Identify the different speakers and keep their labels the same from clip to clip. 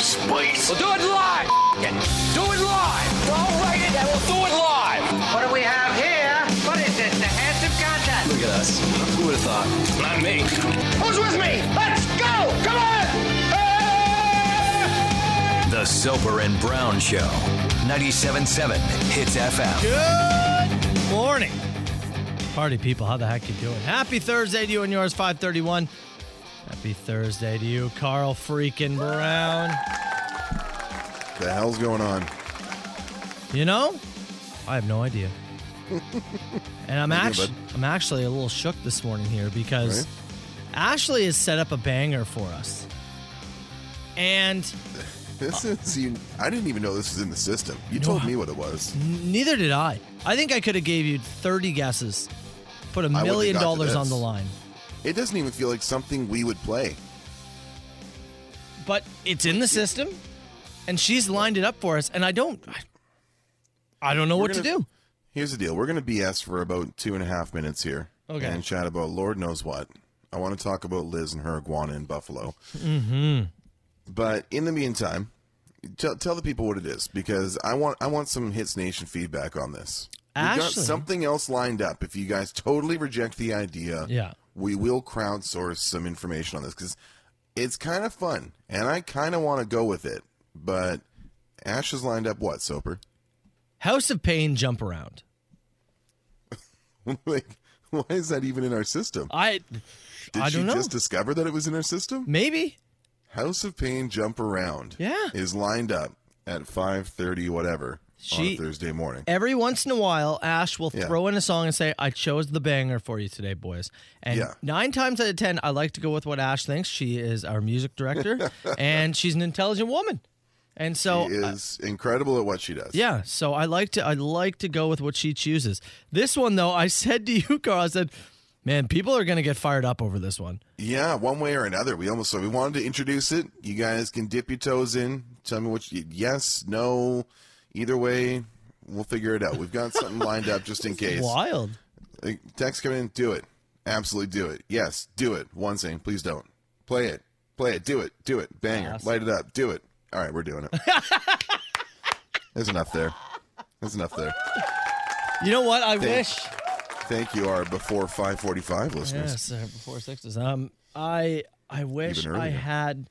Speaker 1: space.
Speaker 2: We'll do it live. F- it. Do it live. Don't write it, and we'll do it live.
Speaker 3: What do we have here? What is this? The handsome contest.
Speaker 1: Look at us. Who would have thought? Not me.
Speaker 2: Who's with me? Let's go. Come on. Hey!
Speaker 4: The Soper and Brown Show, 97.7 Hits FM.
Speaker 5: Good morning. Party people, how the heck you doing? Happy Thursday to you and yours, 531. Happy Thursday to you, Carl freaking Brown.
Speaker 6: The hell's going on?
Speaker 5: You know, I have no idea. and I'm actually I'm actually a little shook this morning here because
Speaker 6: Right.
Speaker 5: Ashley has set up a banger for us. And
Speaker 6: This is you. I didn't even know this was in the system. You
Speaker 5: No.
Speaker 6: told me what it was.
Speaker 5: Neither did I. I think I could have gave you 30 guesses, put a
Speaker 6: would've
Speaker 5: million
Speaker 6: got to
Speaker 5: dollars on
Speaker 6: this.
Speaker 5: the line.
Speaker 6: It doesn't even feel like something we would play.
Speaker 5: But it's in the system, and she's lined it up for us, and I don't, I, I don't know what to
Speaker 6: gonna-
Speaker 5: do.
Speaker 6: Here's the deal. We're going to BS for about two and a half minutes here.
Speaker 5: Okay.
Speaker 6: And chat about Lord knows what. I want to talk about Liz and her iguana in Buffalo. Mm-hmm. But in the meantime, tell, tell the people what it is because I want I want some Hits Nation feedback on this. We've got
Speaker 5: Ashley-
Speaker 6: something else lined up. If you guys totally reject the idea,
Speaker 5: Yeah.
Speaker 6: we will crowdsource some information on this because it's kind of fun and I kind of want to go with it. But Ash has lined up what, Soper?
Speaker 5: House of Pain jump around.
Speaker 6: like, why is that even in our system?
Speaker 5: I,
Speaker 6: Did
Speaker 5: I
Speaker 6: she
Speaker 5: don't know.
Speaker 6: just discover that it was in our system?
Speaker 5: Maybe.
Speaker 6: House of Pain Jump Around.
Speaker 5: Yeah.
Speaker 6: Is lined up at 5:30 whatever
Speaker 5: She-
Speaker 6: on Thursday morning.
Speaker 5: Every once in a while, Ash will
Speaker 6: Yeah.
Speaker 5: throw in a song and say, I chose the banger for you today, boys. And
Speaker 6: Yeah.
Speaker 5: nine times out of 10, I like to go with what Ash thinks. She is our music director, and she's an intelligent woman. And so
Speaker 6: She is incredible at what she does.
Speaker 5: uh, Yeah, so I like to I like to go with what she chooses. This one though, I said to you, Carl, I said, "Man, people are gonna get fired up over this one."
Speaker 6: Yeah, one way or another. We almost so we wanted to introduce it. You guys can dip your toes in. Tell me what you yes, no, either way, we'll figure it out. We've got something lined up just in case.
Speaker 5: Wild.
Speaker 6: Like, Text coming in, do it. Absolutely do it. Yes, do it. One thing, please don't. Play it. Play it. Do it. Do it. Banger. Light it up. Do it. All right, we're doing it. There's enough there. There's enough there.
Speaker 5: You know what? I
Speaker 6: Thanks.
Speaker 5: wish.
Speaker 6: Thank you, our before 545 listeners.
Speaker 5: Yes, uh, before sixes. Um, I I wish
Speaker 6: Even
Speaker 5: I
Speaker 6: earlier.
Speaker 5: had.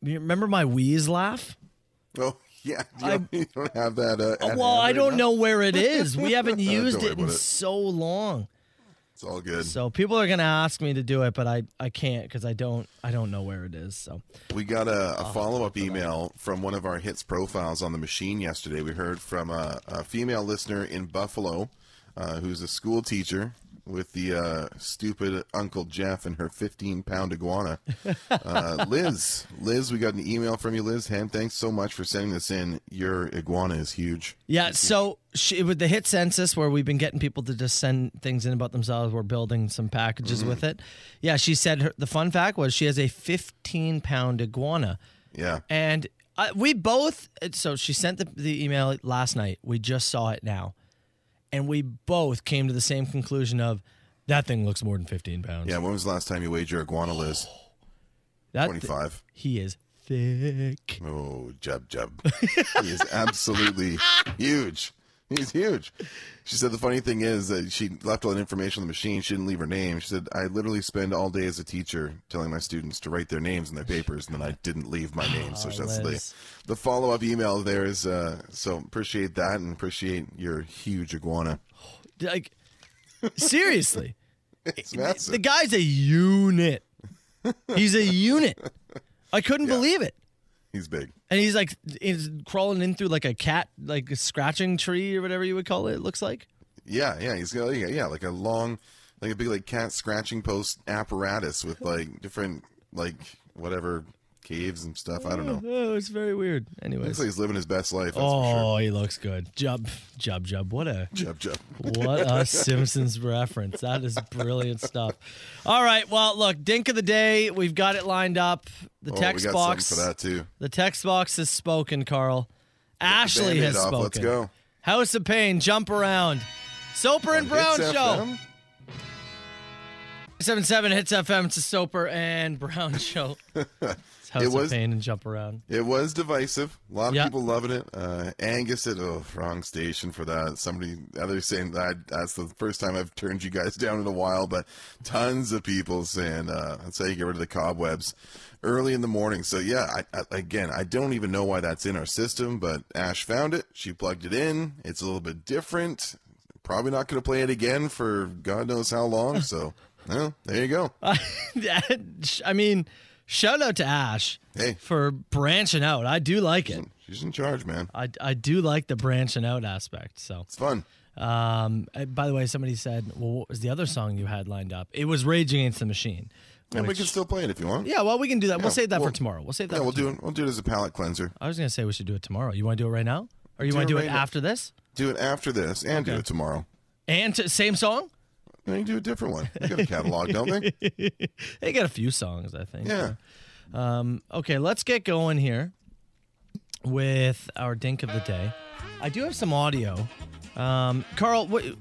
Speaker 5: You remember my wheeze laugh?
Speaker 6: Oh, yeah. You don't, you don't have that. Uh, at hand
Speaker 5: Well, I
Speaker 6: right
Speaker 5: don't
Speaker 6: now?
Speaker 5: know where it is. We haven't
Speaker 6: Don't
Speaker 5: used
Speaker 6: worry
Speaker 5: it in
Speaker 6: about it.
Speaker 5: so long.
Speaker 6: It's all good.
Speaker 5: So people are gonna ask me to do it, but I I can't because I don't I don't know where it is. So
Speaker 6: We got a, a follow up email from one of our hits profiles on the machine yesterday. We heard from a, a female listener in Buffalo uh, who's a school teacher with the uh, stupid Uncle Jeff and her 15 pound iguana. Uh, Liz, Liz, we got an email from you, Liz. Ham, thanks so much for sending this in. Your iguana is huge.
Speaker 5: Yeah, so she, with the hit census, where we've been getting people to just send things in about themselves, we're building some packages
Speaker 6: Mm-hmm.
Speaker 5: with it. Yeah, she said her, the fun fact was she has a 15 pound iguana.
Speaker 6: Yeah.
Speaker 5: And I, we both, uh, so she sent the, the email last night. We just saw it now. And we both came to the same conclusion of that thing looks more than 15 pounds.
Speaker 6: Yeah. When was the last time you weighed your iguana, Liz?
Speaker 5: that, thi-
Speaker 6: 25.
Speaker 5: he is thick.
Speaker 6: Oh, Jub Jub. he is absolutely huge. He's huge. She said the funny thing is that she left all that information on the machine. She didn't leave her name. She said, I literally spend all day as a teacher telling my students to write their names in their papers, and then I didn't leave my name. So that's
Speaker 5: Liz.
Speaker 6: the, the follow up email there is uh, so appreciate that and appreciate your huge iguana.
Speaker 5: Like, seriously.
Speaker 6: It's massive.
Speaker 5: The guy's a unit. He's a unit. I couldn't believe it.
Speaker 6: He's big.
Speaker 5: And he's like he's crawling in through like a cat, like a scratching tree or whatever you would call it. It looks like.
Speaker 6: Yeah, yeah, he's got yeah, yeah, like a long, like a big like cat scratching post apparatus with like different like whatever caves and stuff. I don't know.
Speaker 5: Oh, it's very weird.
Speaker 6: Looks
Speaker 5: Anyways,
Speaker 6: like he's living his best life. That's
Speaker 5: oh, he looks good. Jub, jub, jub. What a
Speaker 6: for sure. Jub jub.
Speaker 5: what a Simpsons reference. That is brilliant stuff. All right, well, look, Dink of the day. We've got it lined up. The
Speaker 6: Oh,
Speaker 5: text
Speaker 6: we got
Speaker 5: box.
Speaker 6: something for that too.
Speaker 5: The text box has spoken, Carl. Ashley
Speaker 6: Band-Aid
Speaker 5: has
Speaker 6: off,
Speaker 5: spoken.
Speaker 6: Let's go.
Speaker 5: House of Pain, Jump Around, Soper and
Speaker 6: On
Speaker 5: Brown
Speaker 6: Hits
Speaker 5: Show.
Speaker 6: FM.
Speaker 5: 97 hits FM. It's a Soper and Brown show. It's House
Speaker 6: It
Speaker 5: of
Speaker 6: was-
Speaker 5: Pain and Jump Around.
Speaker 6: It was divisive. A lot of
Speaker 5: Yeah.
Speaker 6: people loving it. Uh, Angus said, "Oh, wrong station for that." Somebody others saying that that's the first time I've turned you guys down in a while, but tons of people saying uh, that's how you get rid of the cobwebs early in the morning. So yeah, I, I, again, I don't even know why that's in our system, but Ash found it. She plugged it in. It's a little bit different. Probably not going to play it again for God knows how long. So, well, there you go.
Speaker 5: I mean, shout out to Ash
Speaker 6: Hey. Mm-hmm.
Speaker 5: for branching out. I do like it.
Speaker 6: She's in charge, man.
Speaker 5: I, I do like the branching out aspect. So,
Speaker 6: It's fun.
Speaker 5: um, uh, by the way, somebody said, "Well, what was the other song you had lined up?" It was Rage Against the Machine.
Speaker 6: And we
Speaker 5: which-
Speaker 6: can still play it if you want.
Speaker 5: yeah, well, we can do that.
Speaker 6: Yeah,
Speaker 5: we'll save that
Speaker 6: well,
Speaker 5: for tomorrow. We'll save that.
Speaker 6: Yeah,
Speaker 5: for
Speaker 6: we'll do
Speaker 5: tomorrow.
Speaker 6: it. We'll do it as a palate cleanser.
Speaker 5: I was gonna say we should do it tomorrow. You want to do it right now, or you
Speaker 6: Do
Speaker 5: want to
Speaker 6: it
Speaker 5: do it
Speaker 6: right now.
Speaker 5: after this?
Speaker 6: Do it after this and do
Speaker 5: Okay.
Speaker 6: it tomorrow.
Speaker 5: And t- same song?
Speaker 6: And you do a different one. They got a catalog, don't they?
Speaker 5: They got a few songs, I think. Um,
Speaker 6: Yeah.
Speaker 5: Okay, let's get going here with our dink of the day. I do have some audio. Um, Carl, what, I'm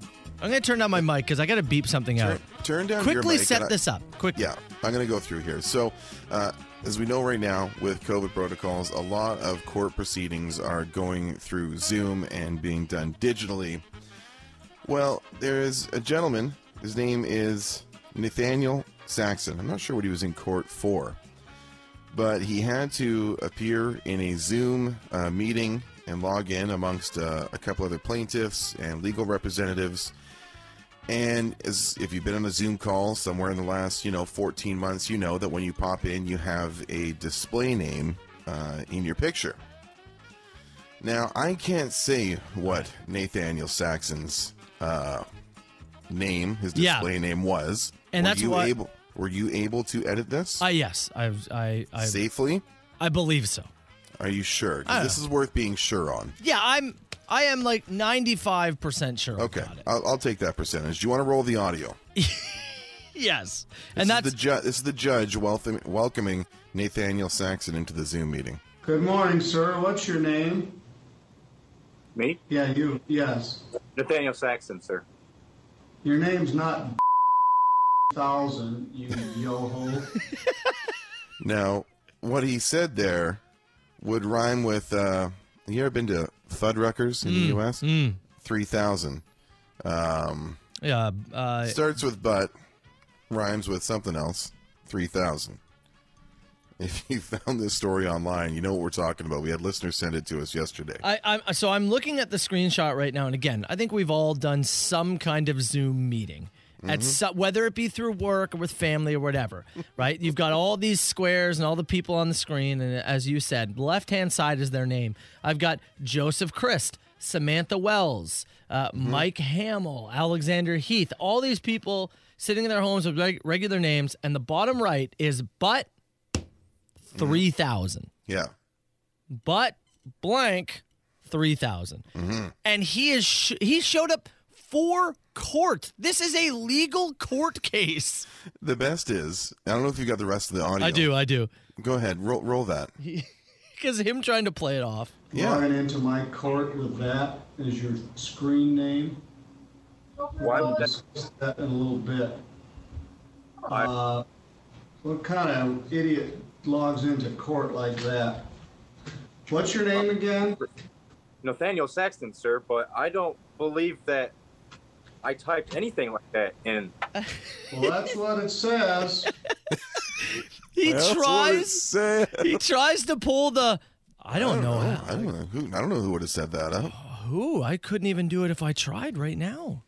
Speaker 5: going to turn down my mic because I got to beep something
Speaker 6: Turn,
Speaker 5: out.
Speaker 6: turn down your
Speaker 5: Quickly
Speaker 6: mic
Speaker 5: set
Speaker 6: and I-
Speaker 5: this up. Quickly.
Speaker 6: Yeah, I'm going to go through here. So, uh, as we know right now, with COVID protocols, a lot of court proceedings are going through Zoom and being done digitally. Well, there is a gentleman. His name is Nathaniel Saxon. I'm not sure what he was in court for, but he had to appear in a Zoom uh, meeting and log in amongst uh, a couple other plaintiffs and legal representatives. And as, if you've been on a Zoom call somewhere in the last, you know, 14 months, you know that when you pop in, you have a display name uh, in your picture. Now, I can't say what Nathaniel Saxon's uh, name, his
Speaker 5: Yeah.
Speaker 6: display name was.
Speaker 5: And
Speaker 6: Were
Speaker 5: that's
Speaker 6: you
Speaker 5: why-
Speaker 6: able, Were you able to edit this
Speaker 5: I, uh, yes, I, I, I,
Speaker 6: safely?
Speaker 5: I believe so.
Speaker 6: Are you sure? 'Cause
Speaker 5: I
Speaker 6: This is worth being sure on.
Speaker 5: Yeah, I'm. I am like 95% sure
Speaker 6: Okay,
Speaker 5: about it.
Speaker 6: I'll, I'll take that percentage. Do you want to roll the audio?
Speaker 5: yes.
Speaker 6: This
Speaker 5: And
Speaker 6: is
Speaker 5: that's
Speaker 6: the ju- this is the judge welcome- welcoming Nathaniel Saxon into the Zoom meeting.
Speaker 7: Good morning, sir. What's your name?
Speaker 8: Me?
Speaker 7: Yeah, you. Yes.
Speaker 8: Nathaniel Saxon, sir.
Speaker 7: Your name's not thousand, you yoho.
Speaker 6: Now, what he said there would rhyme with. Uh, you ever been to Fuddruckers in the U.S.? Three thousand
Speaker 5: yeah, uh,
Speaker 6: starts with but, rhymes with something else. Three thousand. If you found this story online, you know what we're talking about. We had listeners send it to us yesterday.
Speaker 5: I, I'm so I'm looking at the screenshot right now, and again, I think we've all done some kind of Zoom meeting. At so, whether it be through work or with family or whatever, right? You've got all these squares and all the people on the screen, and as you said, left hand side is their name. I've got Joseph Christ, Samantha Wells, uh, Mike Hamill, Alexander Heath. All these people sitting in their homes with reg- regular names, and the bottom right is but three thousand
Speaker 6: yeah,
Speaker 5: but blank 3000
Speaker 6: Mm-hmm.
Speaker 5: and he is sh- he showed up for court this is a legal court case
Speaker 6: the best is I don't know if you got the rest of the audio.
Speaker 5: i do i do
Speaker 6: Go ahead, roll, roll that.
Speaker 5: because him trying to play it off
Speaker 6: Yeah,
Speaker 7: Walking into my court with that as your screen name.
Speaker 8: Why
Speaker 7: We'll
Speaker 8: would that?
Speaker 7: discuss that in a little bit. Uh, what kind of idiot logs into court like that? What's your name again?
Speaker 8: Nathaniel Saxon, sir, but I don't believe that I typed anything like that in.
Speaker 7: Well, that's what it says.
Speaker 5: he
Speaker 6: That's what it
Speaker 5: tries
Speaker 6: said.
Speaker 5: he tries to pull the i don't, know,
Speaker 6: I don't know who. I don't know who would have said that. Up.
Speaker 5: who i couldn't even do it if i tried right now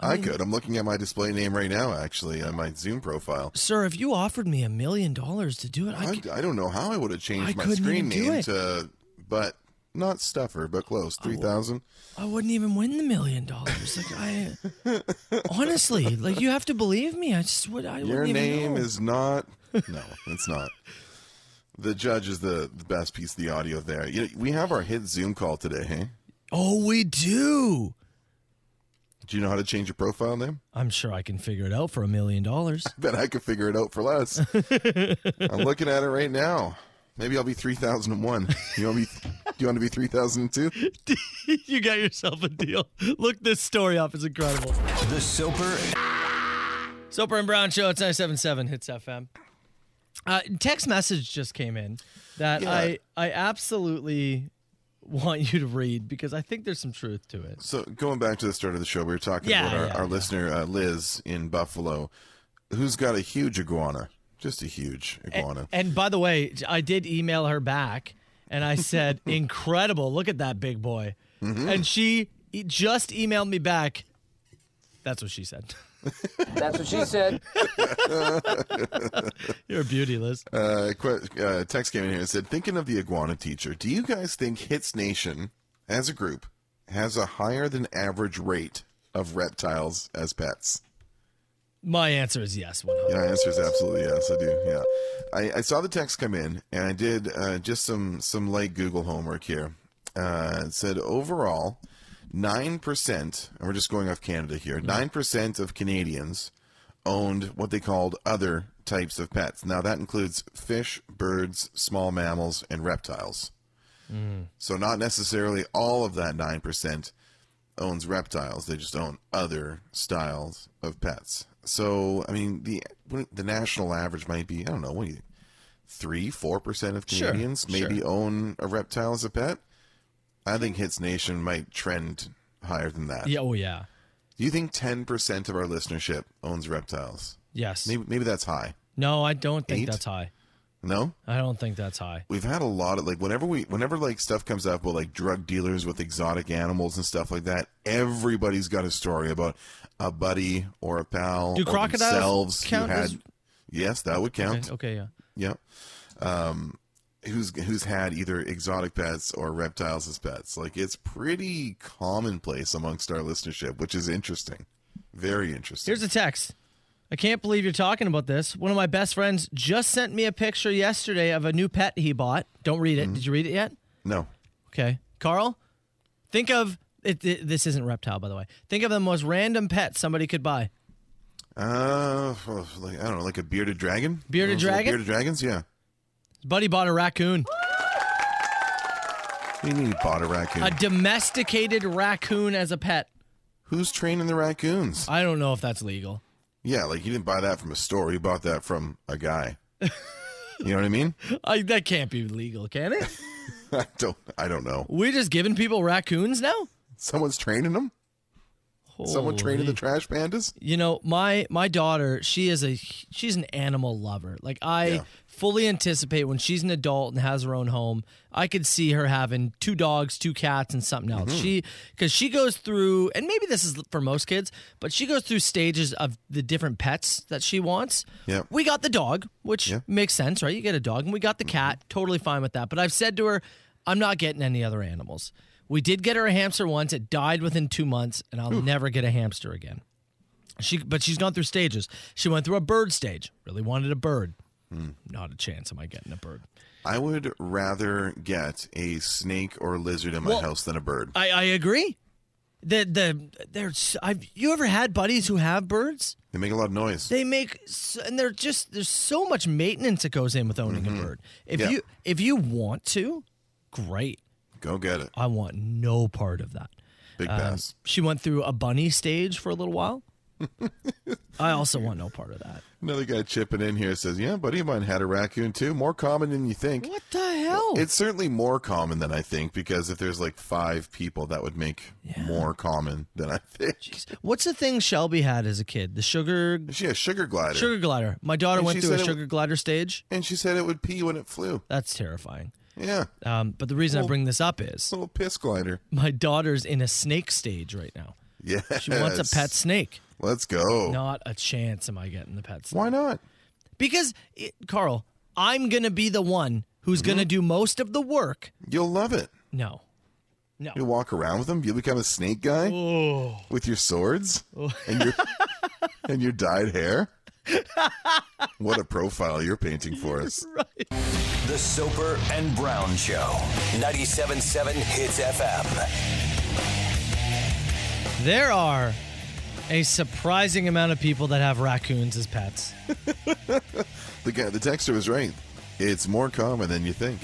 Speaker 6: I could. I'm looking at my display name right now, actually, on my Zoom profile.
Speaker 5: sir if you offered me a million dollars to do it
Speaker 6: I,
Speaker 5: i could
Speaker 6: I don't know how I would have changed
Speaker 5: I
Speaker 6: my
Speaker 5: couldn't
Speaker 6: screen
Speaker 5: even do
Speaker 6: name
Speaker 5: it.
Speaker 6: to, but not Stuffer, but close. 3,000.
Speaker 5: I wouldn't even win the million dollars. Like I, honestly, like you have to believe me. I just would. I
Speaker 6: Your
Speaker 5: wouldn't even
Speaker 6: name
Speaker 5: know.
Speaker 6: is not. No, it's not. The judge is the, the best piece of the audio there. You know, we have our hit Zoom call today, hey?
Speaker 5: Oh, we do.
Speaker 6: Do you know how to change your profile name?
Speaker 5: I'm sure I can figure it out for a million dollars.
Speaker 6: Bet I could figure it out for less. I'm looking at it right now. Maybe I'll be 3,001. You want me? Do you want to be 3,002?
Speaker 5: you got yourself a deal. Look this story up. It's incredible.
Speaker 4: The Soper
Speaker 5: Soper and Brown Show. It's 977 Hits FM. Uh, text message just came in that
Speaker 6: Yeah.
Speaker 5: I, I absolutely want you to read because I think there's some truth to it.
Speaker 6: So going back to the start of the show, we were talking
Speaker 5: Yeah,
Speaker 6: about our,
Speaker 5: yeah,
Speaker 6: our
Speaker 5: yeah.
Speaker 6: listener uh, Liz in Buffalo, who's got a huge iguana, just a huge iguana.
Speaker 5: And by the way, I did email her back and I said, incredible. Look at that big boy.
Speaker 6: Mm-hmm.
Speaker 5: And she e- just emailed me back. That's what she said.
Speaker 2: That's what she said.
Speaker 5: You're a beauty, Liz.
Speaker 6: uh, que- uh, text came in here and said, thinking of the iguana teacher, do you guys think Hits Nation, as a group, has a higher than average rate of reptiles as pets?
Speaker 5: My answer is yes. 100.
Speaker 6: Yeah, my answer is absolutely yes. I do. Yeah, I, I saw the text come in, and I did uh, just some some light Google homework here. Uh, it said overall, nine percent, and we're just going off Canada here. Nine percent of Canadians owned what they called other types of pets. Now that includes fish, birds, small mammals, and reptiles. So not necessarily all of that nine percent owns reptiles. They just own other styles of pets. So I mean, the the national average might be I don't know what do you three four percent of
Speaker 5: Sure,
Speaker 6: Canadians maybe own a reptile as a pet. I think Hits Nation might trend higher than that.
Speaker 5: Yeah, oh, yeah.
Speaker 6: Do you think ten percent of our listenership owns reptiles?
Speaker 5: Yes.
Speaker 6: Maybe maybe that's high.
Speaker 5: No, I don't think
Speaker 6: Eight?
Speaker 5: that's high.
Speaker 6: No,
Speaker 5: I don't think that's high.
Speaker 6: we've had a lot of like whenever we whenever like stuff comes up with like drug dealers with exotic animals and stuff like that everybody's got a story about a buddy or a pal
Speaker 5: Do
Speaker 6: or
Speaker 5: crocodiles
Speaker 6: themselves who
Speaker 5: count as-
Speaker 6: had yes that would count
Speaker 5: Okay, okay, yeah.
Speaker 6: yeah um who's who's had either exotic pets or reptiles as pets like it's pretty commonplace amongst our listenership which is interesting very interesting
Speaker 5: Here's a text. I can't believe you're talking about this. One of my best friends just sent me a picture yesterday of a new pet he bought. Don't read it.
Speaker 6: Mm-hmm.
Speaker 5: Did you read it yet?
Speaker 6: no
Speaker 5: Okay. Carl, think of it, it- this isn't reptile by the way. Think of the most random pet somebody could buy.
Speaker 6: uh like i don't know like a bearded dragon
Speaker 5: Bearded
Speaker 6: Those little
Speaker 5: dragon?
Speaker 6: bearded dragons yeah
Speaker 5: His buddy bought a raccoon.
Speaker 6: we need bought a raccoon
Speaker 5: A domesticated raccoon as a pet.
Speaker 6: Who's training the raccoons?
Speaker 5: I don't know if that's legal.
Speaker 6: Yeah, like he didn't buy that from a store. He bought that from a guy. you know what I mean?
Speaker 5: I, that can't be legal, can it?
Speaker 6: I don't. I don't know.
Speaker 5: We're just giving people raccoons now?
Speaker 6: Someone's training them. Someone training
Speaker 5: Holy
Speaker 6: the trash pandas.
Speaker 5: You know, my my daughter, she is a she's an animal lover. Like I
Speaker 6: Yeah.
Speaker 5: fully anticipate when she's an adult and has her own home, I could see her having two dogs, two cats, and something else.
Speaker 6: Mm-hmm.
Speaker 5: She because she goes through, and maybe this is for most kids, but she goes through stages of the different pets that she wants.
Speaker 6: Yeah.
Speaker 5: we got the dog, which
Speaker 6: Yeah. Mm-hmm.
Speaker 5: makes sense, right? You get a dog, and we got the cat. Totally fine with that. But I've said to her, I'm not getting any other animals. We did get her a hamster once. It died within two months, and I'll never get a hamster again. She, but she's gone through stages. She went through a bird stage. Really wanted a bird. Not a chance. Am I getting a bird?
Speaker 6: I would rather get a snake or lizard in my
Speaker 5: Well-
Speaker 6: house than a bird.
Speaker 5: I, I agree. The the there's I've you ever had buddies who have birds?
Speaker 6: They make a lot of noise.
Speaker 5: They make s- and they're just there's so much maintenance that goes in with owning a bird. If
Speaker 6: Yeah.
Speaker 5: you if you want to, great.
Speaker 6: Go get it.
Speaker 5: I want no part of that.
Speaker 6: Big
Speaker 5: Um,
Speaker 6: pass.
Speaker 5: She went through a bunny stage for a little while. I also want no part of that.
Speaker 6: Another guy chipping in here says, "Yeah, buddy of mine had a raccoon too. More common than you think.
Speaker 5: What the hell?
Speaker 6: It's certainly more common than I think because if there's like five people, that would make more common than I think.
Speaker 5: What's the thing Shelby had as a kid? The sugar
Speaker 6: She has sugar glider.
Speaker 5: sugar glider. My daughter
Speaker 6: And
Speaker 5: went
Speaker 6: she
Speaker 5: through a
Speaker 6: said it w-
Speaker 5: sugar glider stage.
Speaker 6: And she said it would pee when it flew.
Speaker 5: That's terrifying.
Speaker 6: Yeah.
Speaker 5: Um, but the reason I
Speaker 6: Well-
Speaker 5: bring this up is
Speaker 6: little piss glider.
Speaker 5: my daughter's in a snake stage right now.
Speaker 6: Yeah.
Speaker 5: She wants a pet snake.
Speaker 6: Let's go.
Speaker 5: Not a chance am I getting the pet snake.
Speaker 6: Why not?
Speaker 5: Because, it, Carl, I'm going to be the one who's going to
Speaker 6: Mm-hmm.
Speaker 5: do most of the work.
Speaker 6: You'll love it.
Speaker 5: No. No.
Speaker 6: You'll walk around with them. You'll become a snake guy
Speaker 5: Oh.
Speaker 6: with your swords and your and your dyed hair. what a profile you're painting for us.
Speaker 4: The Soper and Brown Show. 97.7 Hits FM.
Speaker 5: There are a surprising amount of people that have raccoons as pets.
Speaker 6: The guy, the texter was right. It's more common than you think.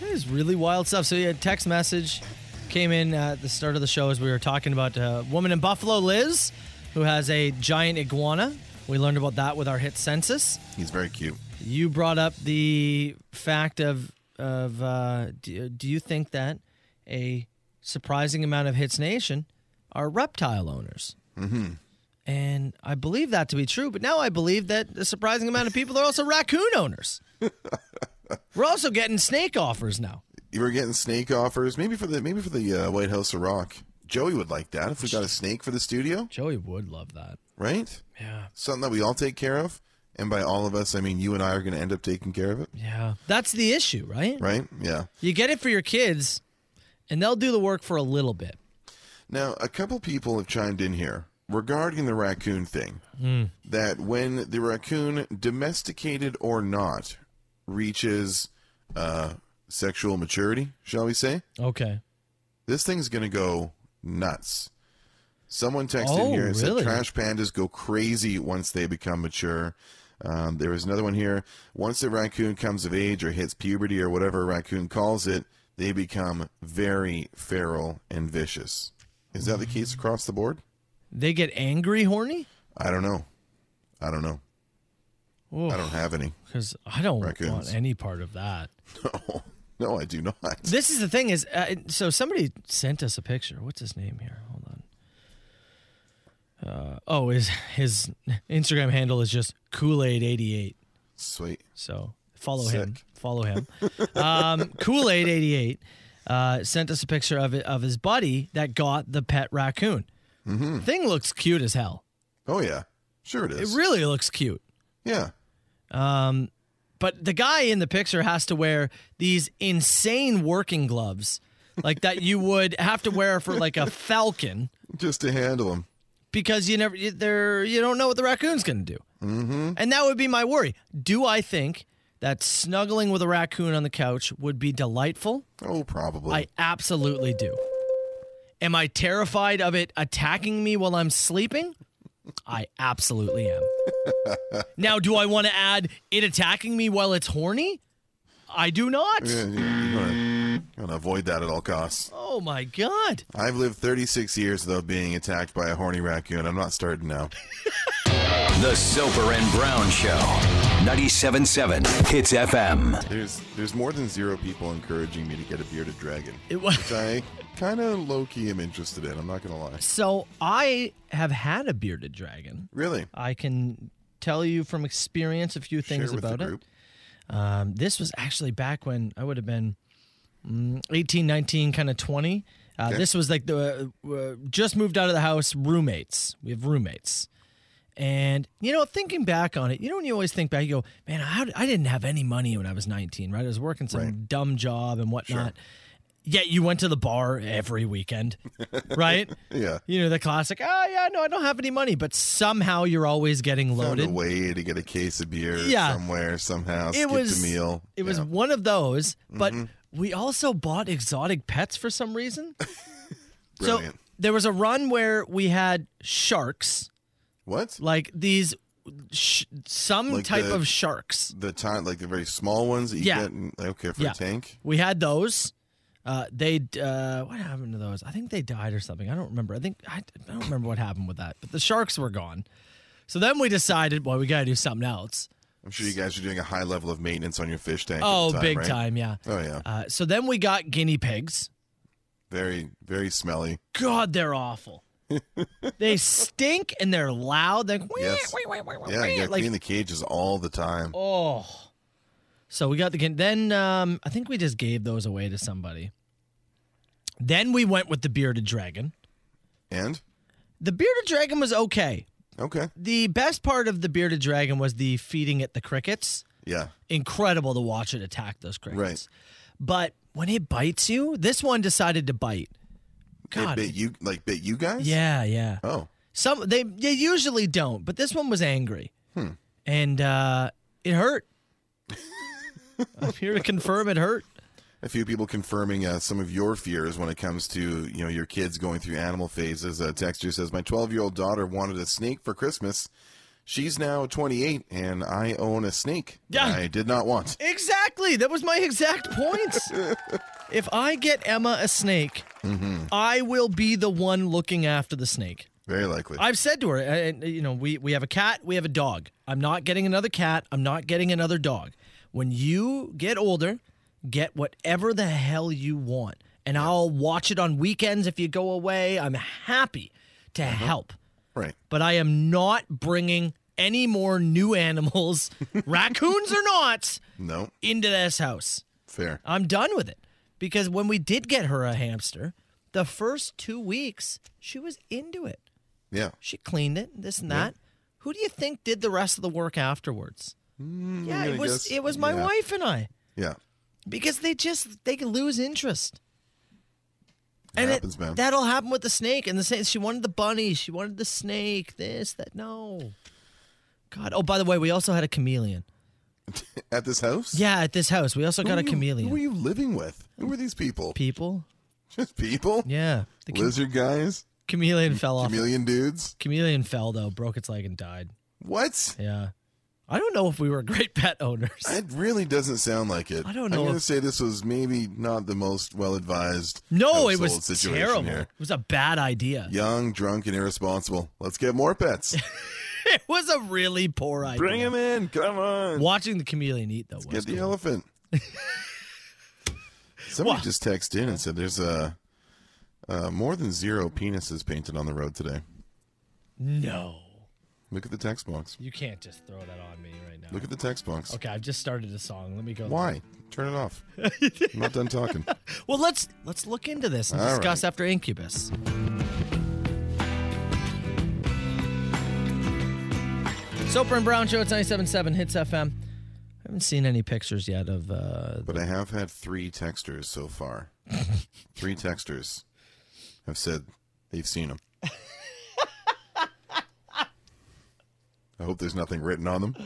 Speaker 5: That is really wild stuff. So, yeah, text message came in at the start of the show as we were talking about a woman in uh, Buffalo, Liz, who has a giant iguana. We learned about that with our hit census.
Speaker 6: He's very cute.
Speaker 5: You brought up the fact of of uh, do, do you think that a surprising amount of Hits Nation are reptile owners? Mm-hmm. And I believe that to be true, but now I believe that a surprising amount of people are also raccoon owners. We're also getting snake offers now.
Speaker 6: You were getting snake offers, maybe for the maybe for the uh, White House of Rock. Joey would like that if we got a snake for the studio,
Speaker 5: Joey would love that.
Speaker 6: right?
Speaker 5: Yeah.
Speaker 6: Something that we all take care of, and by all of us, I mean you and I are going to end up taking care of it,
Speaker 5: Yeah. That's the issue, right?
Speaker 6: right? Yeah.
Speaker 5: You get it for your kids, and they'll do the work for a little bit.
Speaker 6: Now, a couple people have chimed in here regarding the raccoon thing. That when the raccoon, domesticated or not, reaches uh, sexual maturity, shall we say,
Speaker 5: Okay.
Speaker 6: this thing's going to go nuts. Someone texted
Speaker 5: Oh,
Speaker 6: in here and
Speaker 5: really?
Speaker 6: said trash pandas go crazy once they become mature. Um, there was another one here. Once a raccoon comes of age or hits puberty or whatever a raccoon calls it, they become very feral and vicious. Is that the case across the board?
Speaker 5: They get angry, horny?
Speaker 6: I don't know. I don't know. I don't have any.
Speaker 5: Because I don't
Speaker 6: Raccoons.
Speaker 5: want any part of that.
Speaker 6: No, no, I do not.
Speaker 5: This is the thing is, uh, it- so somebody sent us a picture. What's his name here? Hold on. Uh, oh, his his Instagram handle is just Kool Aid eighty eight.
Speaker 6: Sweet.
Speaker 5: So follow him.
Speaker 6: Sick.
Speaker 5: Follow him. um, Kool Aid eighty eight uh, sent us a picture of it, of his buddy that got the pet raccoon. Thing looks cute as hell.
Speaker 6: Oh yeah, sure it
Speaker 5: It
Speaker 6: is.
Speaker 5: really looks cute.
Speaker 6: yeah,
Speaker 5: But the guy in the picture has to wear these insane working gloves, like that you would have to wear for like a falcon,
Speaker 6: just to handle them.
Speaker 5: because you never you- there you don't know what the raccoon's going to do. Mm-hmm. And that would be my worry. Do I think that snuggling with a raccoon on the couch would be delightful?
Speaker 6: Oh, probably.
Speaker 5: I absolutely do. Am I terrified of it attacking me while I'm sleeping? I absolutely am. now, do I want to add it attacking me while it's horny? I do not.
Speaker 6: Yeah, you- you wanna- you want to avoid that at all costs.
Speaker 5: Oh my God.
Speaker 6: I've lived 36 years without being attacked by a horny raccoon. I'm not starting now.
Speaker 4: The Soper and Brown Show. 97.7 Hits FM.
Speaker 6: There's there's more than zero people encouraging me to get a bearded dragon,
Speaker 5: It was.
Speaker 6: which I kind of low key am interested in. I'm not gonna lie.
Speaker 5: So I have had a bearded dragon.
Speaker 6: Really?
Speaker 5: I can tell you from experience a few things
Speaker 6: Share with
Speaker 5: about
Speaker 6: the
Speaker 5: it.
Speaker 6: group.
Speaker 5: Um, this was actually back when I would have been mm, 18, 19, kind of 20. Uh,
Speaker 6: Okay.
Speaker 5: This was like the uh, uh, just moved out of the house, roommates. We have roommates. And, you know, thinking back on it, you know, when you always think back, you go, man, how, did- I didn't have any money when I was 19, right? I was working some
Speaker 6: Right.
Speaker 5: dumb job and whatnot. Yet you went to the bar every weekend, right?
Speaker 6: Yeah.
Speaker 5: You know, the classic, oh, yeah, no, I don't have any money. But somehow you're always getting
Speaker 6: Found a
Speaker 5: loaded.
Speaker 6: way to get a case of beer
Speaker 5: Yeah.
Speaker 6: somewhere somehow. skipped a meal.
Speaker 5: It was
Speaker 6: Yeah. Mm-hmm.
Speaker 5: one of those, but we also bought exotic pets for some reason. so
Speaker 6: Brilliant.
Speaker 5: there was a run where we had sharks,
Speaker 6: what?
Speaker 5: like these, sh- some
Speaker 6: Like
Speaker 5: type
Speaker 6: the-
Speaker 5: of sharks.
Speaker 6: The time like the very small ones that you
Speaker 5: Yeah.
Speaker 6: get. In, okay, for
Speaker 5: Yeah.
Speaker 6: a tank.
Speaker 5: We had those. Uh, they uh, what happened to those? I think they died or something. I don't remember. I think I, I don't remember what happened with that. But the sharks were gone. So then we decided, well, we got to do something else.
Speaker 6: I'm sure you guys are doing a high level of maintenance on your fish tank. at
Speaker 5: Oh,
Speaker 6: the time,
Speaker 5: big
Speaker 6: right?
Speaker 5: time, yeah.
Speaker 6: Oh yeah.
Speaker 5: Uh, so then we got guinea pigs.
Speaker 6: Very very smelly.
Speaker 5: God, they're awful. they stink and they're loud. They're like,
Speaker 6: Yes. Yeah, you gotta
Speaker 5: like
Speaker 6: clean the cages all the time.
Speaker 5: oh. So we got the guin- then um, I think we just gave those away to somebody. Then we went with the bearded dragon.
Speaker 6: And
Speaker 5: The bearded dragon was okay.
Speaker 6: okay,
Speaker 5: The best part of the bearded dragon was the feeding it the crickets.
Speaker 6: yeah,
Speaker 5: Incredible to watch it attack those crickets.
Speaker 6: Right.
Speaker 5: But when it bites you, this one decided to bite. God.
Speaker 6: it bit you like bit you guys.
Speaker 5: yeah, yeah.
Speaker 6: Oh,
Speaker 5: Some they they usually don't, but this one was angry, and uh, it hurt. I'm here to confirm it hurt.
Speaker 6: a few people confirming uh, some of your fears when it comes to you know your kids going through animal phases. A texture says my 12 year old daughter wanted a snake for Christmas. She's now 28, and I own a snake. that
Speaker 5: Yeah.
Speaker 6: I did not want.
Speaker 5: Exactly, that was my exact point. Mm-hmm. if I get Emma a snake, I will be the one looking after the snake.
Speaker 6: Very likely.
Speaker 5: I've said to her, and, you know, we, we have a cat, we have a dog. I'm not getting another cat. I'm not getting another dog. When you get older, get whatever the hell you want. And I'll watch it on weekends if you go away. I'm happy to help.
Speaker 6: right.
Speaker 5: But I am not bringing any more new animals, raccoons or not,
Speaker 6: No.
Speaker 5: into this house.
Speaker 6: Fair.
Speaker 5: I'm done with it. Because when we did get her a hamster, the first two weeks, she was into it.
Speaker 6: Yeah.
Speaker 5: She cleaned it, this and that. Who do you think did the rest of the work afterwards? yeah,
Speaker 6: Mm, gonna
Speaker 5: it was
Speaker 6: guess-
Speaker 5: it was my
Speaker 6: yeah.
Speaker 5: wife and I.
Speaker 6: Yeah.
Speaker 5: Because they just they can lose interest. and it-
Speaker 6: happens, man.
Speaker 5: that'll happen with the snake and the snake. She wanted the bunny. She wanted the snake. This, that. No. God. Oh, by the way, we also had a chameleon.
Speaker 6: At this house?
Speaker 5: Yeah, at this house, we also
Speaker 6: Who
Speaker 5: got
Speaker 6: were
Speaker 5: a
Speaker 6: you-
Speaker 5: chameleon.
Speaker 6: Who were you living with? Who were these people?
Speaker 5: People.
Speaker 6: Just people?
Speaker 5: Yeah, the chame-
Speaker 6: Lizard guys?
Speaker 5: chameleon fell off.
Speaker 6: Chameleon dudes?
Speaker 5: Chameleon fell though, broke its leg and died.
Speaker 6: What?
Speaker 5: Yeah. I don't know if we were great pet owners.
Speaker 6: It really doesn't sound like it.
Speaker 5: I don't know
Speaker 6: I'm gonna
Speaker 5: if-
Speaker 6: say this was maybe not the most well advised.
Speaker 5: No, it was
Speaker 6: situation
Speaker 5: terrible.
Speaker 6: Here.
Speaker 5: It was a bad idea.
Speaker 6: Young, drunk, and irresponsible. Let's get more pets.
Speaker 5: It was a really poor idea.
Speaker 6: Bring them in. Come on.
Speaker 5: Watching the chameleon eat though was
Speaker 6: Get the
Speaker 5: cool.
Speaker 6: elephant. Somebody
Speaker 5: What?
Speaker 6: just texted in and said there's uh, uh, more than zero penises painted on the road today.
Speaker 5: No.
Speaker 6: Look at the text box.
Speaker 5: You can't just throw that on me right now.
Speaker 6: Look at the text box.
Speaker 5: okay, I've just started a song. Let me go.
Speaker 6: Why? Turn it off. I'm not done talking.
Speaker 5: Well, let's let's look into this and
Speaker 6: All
Speaker 5: discuss
Speaker 6: right.
Speaker 5: after Incubus. Soper and Brown Show. It's 97.7 Hits FM. I haven't seen any pictures yet of uh,
Speaker 6: But I have had three texters so far. three texters have said they've seen them. I hope there's nothing written on them.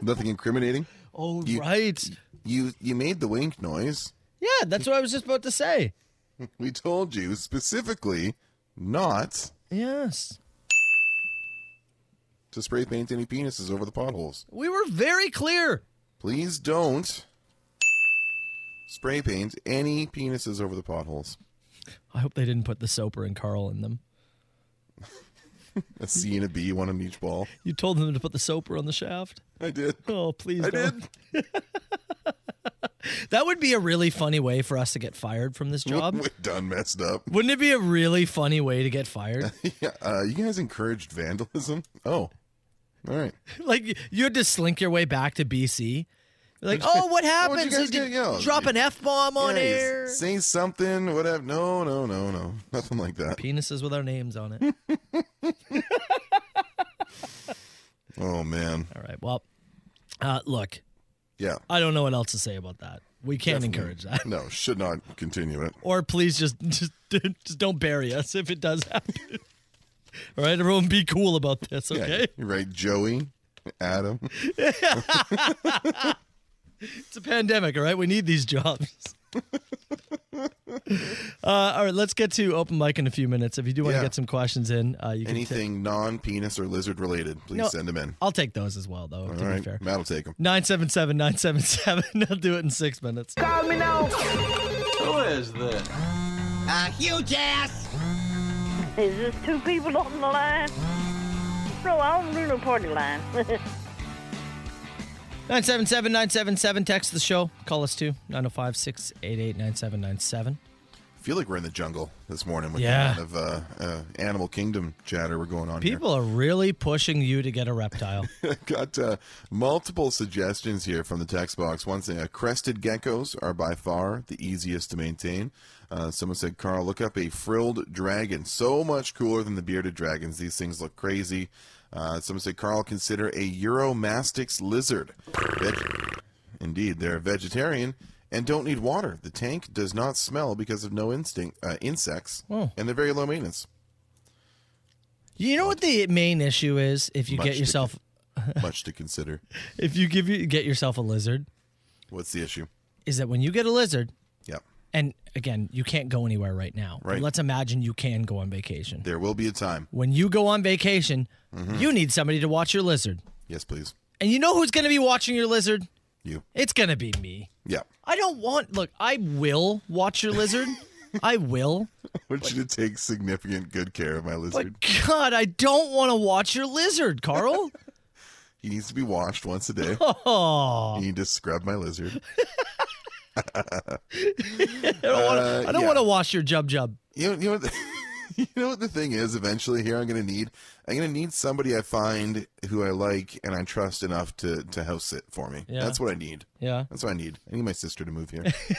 Speaker 6: Nothing incriminating.
Speaker 5: Oh
Speaker 6: You-
Speaker 5: right.
Speaker 6: You you made the wink noise.
Speaker 5: Yeah, that's what I was just about to say.
Speaker 6: We told you specifically not
Speaker 5: Yes.
Speaker 6: to spray paint any penises over the potholes.
Speaker 5: We were very clear.
Speaker 6: Please don't spray paint any penises over the potholes.
Speaker 5: I hope they didn't put the Soper and Carl in them.
Speaker 6: A C and a B, one on each ball.
Speaker 5: You told them to put the Soper on the shaft.
Speaker 6: I did.
Speaker 5: Oh, please
Speaker 6: I
Speaker 5: don't.
Speaker 6: did.
Speaker 5: That would be a really funny way for us to get fired from this job.
Speaker 6: We're done messed up.
Speaker 5: Wouldn't it be a really funny way to get fired?
Speaker 6: Yeah, uh, you guys encouraged vandalism. Oh, all right.
Speaker 5: like you had to slink your way back to BC. You're Like, oh, what
Speaker 6: you
Speaker 5: happens?
Speaker 6: guys
Speaker 5: Did you
Speaker 6: get yelled?
Speaker 5: drop an f bomb on
Speaker 6: Yeah, you
Speaker 5: air.
Speaker 6: Say something. Whatever. No, no, no, no. Nothing like that.
Speaker 5: Penises with our names on it. All
Speaker 6: Oh man.
Speaker 5: right. Well, uh, look,
Speaker 6: Yeah.
Speaker 5: I don't know what else to say about that. We can't encourage that.
Speaker 6: No, should not continue it.
Speaker 5: or please just just just don't bury us if it does happen. All right, everyone, be cool about this,
Speaker 6: Yeah,
Speaker 5: okay?
Speaker 6: you're right, Joey, Adam.
Speaker 5: It's a pandemic, all right? We need these jobs. uh, all right, let's get to open mic in a few minutes. If you do want to
Speaker 6: Yeah.
Speaker 5: get some questions in, uh, you can. i
Speaker 6: Anything non-penis or lizard related, please
Speaker 5: No.
Speaker 6: send them in.
Speaker 5: I'll take those as well, though. to
Speaker 6: All
Speaker 5: be
Speaker 6: right,
Speaker 5: fair,
Speaker 6: Matt'll take them.
Speaker 5: nine seven seven nine seven seven. I'll do it in six minutes.
Speaker 2: Who is this?
Speaker 9: Is this two people on the line? No, I don't do no party line.
Speaker 5: Nine seven seven nine seven seven. Text the show. Call us too. Nine zero five six eight eight nine seven nine seven.
Speaker 6: I feel like we're in the jungle this morning with
Speaker 5: Yeah.
Speaker 6: the amount of uh, uh, animal kingdom chatter we're going on here.
Speaker 5: People are really pushing you to get a reptile.
Speaker 6: Got uh, multiple suggestions here from the text box. One thing, uh, crested geckos are by far the easiest to maintain. Uh, someone said, Carl, look up a frilled dragon. So much cooler than the bearded dragons. These things look crazy. Uh, someone said, Carl, consider a Euromastix lizard. Veg- Indeed, they're vegetarian and don't need water. The tank does not smell because of no instinct uh, insects,
Speaker 5: Whoa.
Speaker 6: and they're very low maintenance.
Speaker 5: You know what the main issue is if you
Speaker 6: Much
Speaker 5: get
Speaker 6: to
Speaker 5: yourself
Speaker 6: Much to consider.
Speaker 5: if you give you get yourself a lizard
Speaker 6: What's the issue?
Speaker 5: is that when you get a lizard
Speaker 6: Yeah.
Speaker 5: and again you can't go anywhere right now.
Speaker 6: Right.
Speaker 5: Let's imagine you can go on vacation.
Speaker 6: There will be a time.
Speaker 5: When you go on vacation,
Speaker 6: Mm-hmm.
Speaker 5: you need somebody to watch your lizard.
Speaker 6: Yes, please.
Speaker 5: And you know who's going to be watching your lizard?
Speaker 6: You.
Speaker 5: It's going to be me.
Speaker 6: Yeah.
Speaker 5: I don't want look, I will watch your lizard, I will.
Speaker 6: want you to take significant good care of my
Speaker 5: But
Speaker 6: lizard.
Speaker 5: God, I don't want to watch your lizard, Carl.
Speaker 6: He needs to be washed once a day.
Speaker 5: Oh,
Speaker 6: You need to scrub my lizard.
Speaker 5: I don't want
Speaker 6: Uh,
Speaker 5: to. I don't
Speaker 6: yeah.
Speaker 5: want to watch your jub jub.
Speaker 6: You know, you know, what the, you know what the thing is. Eventually, here I'm going to need. I'm going to need somebody I find who I like and I trust enough to to house it for me.
Speaker 5: Yeah.
Speaker 6: That's what I need.
Speaker 5: Yeah,
Speaker 6: That's what I need. I need my sister to move here. I need my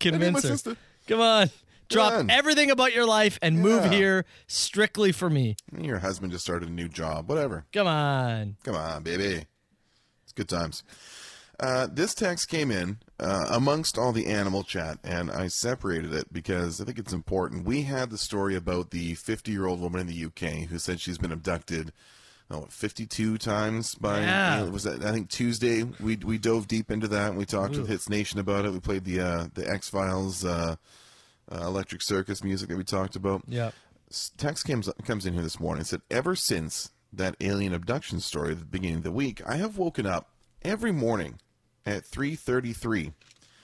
Speaker 5: convince her.
Speaker 6: sister.
Speaker 5: Come on, drop
Speaker 6: on.
Speaker 5: everything about your life and move
Speaker 6: Yeah.
Speaker 5: here strictly for me.
Speaker 6: Your husband just started a new job. Whatever.
Speaker 5: Come on.
Speaker 6: Come on, baby. It's good times. Uh, this text came in uh, amongst all the animal chat, and I separated it because I think it's important. We had the story about the 50 year old woman in the UK who said she's been abducted. Oh, 52 times by
Speaker 5: Yeah.
Speaker 6: was that I think Tuesday we we dove deep into that and we talked with Hits Nation about it. We played the uh, the X Files uh, uh, Electric Circus music that we talked about
Speaker 5: Yeah.
Speaker 6: text comes comes in here this morning. It said, "Ever since that alien abduction story at the beginning of the week, I have woken up every morning at 3:33.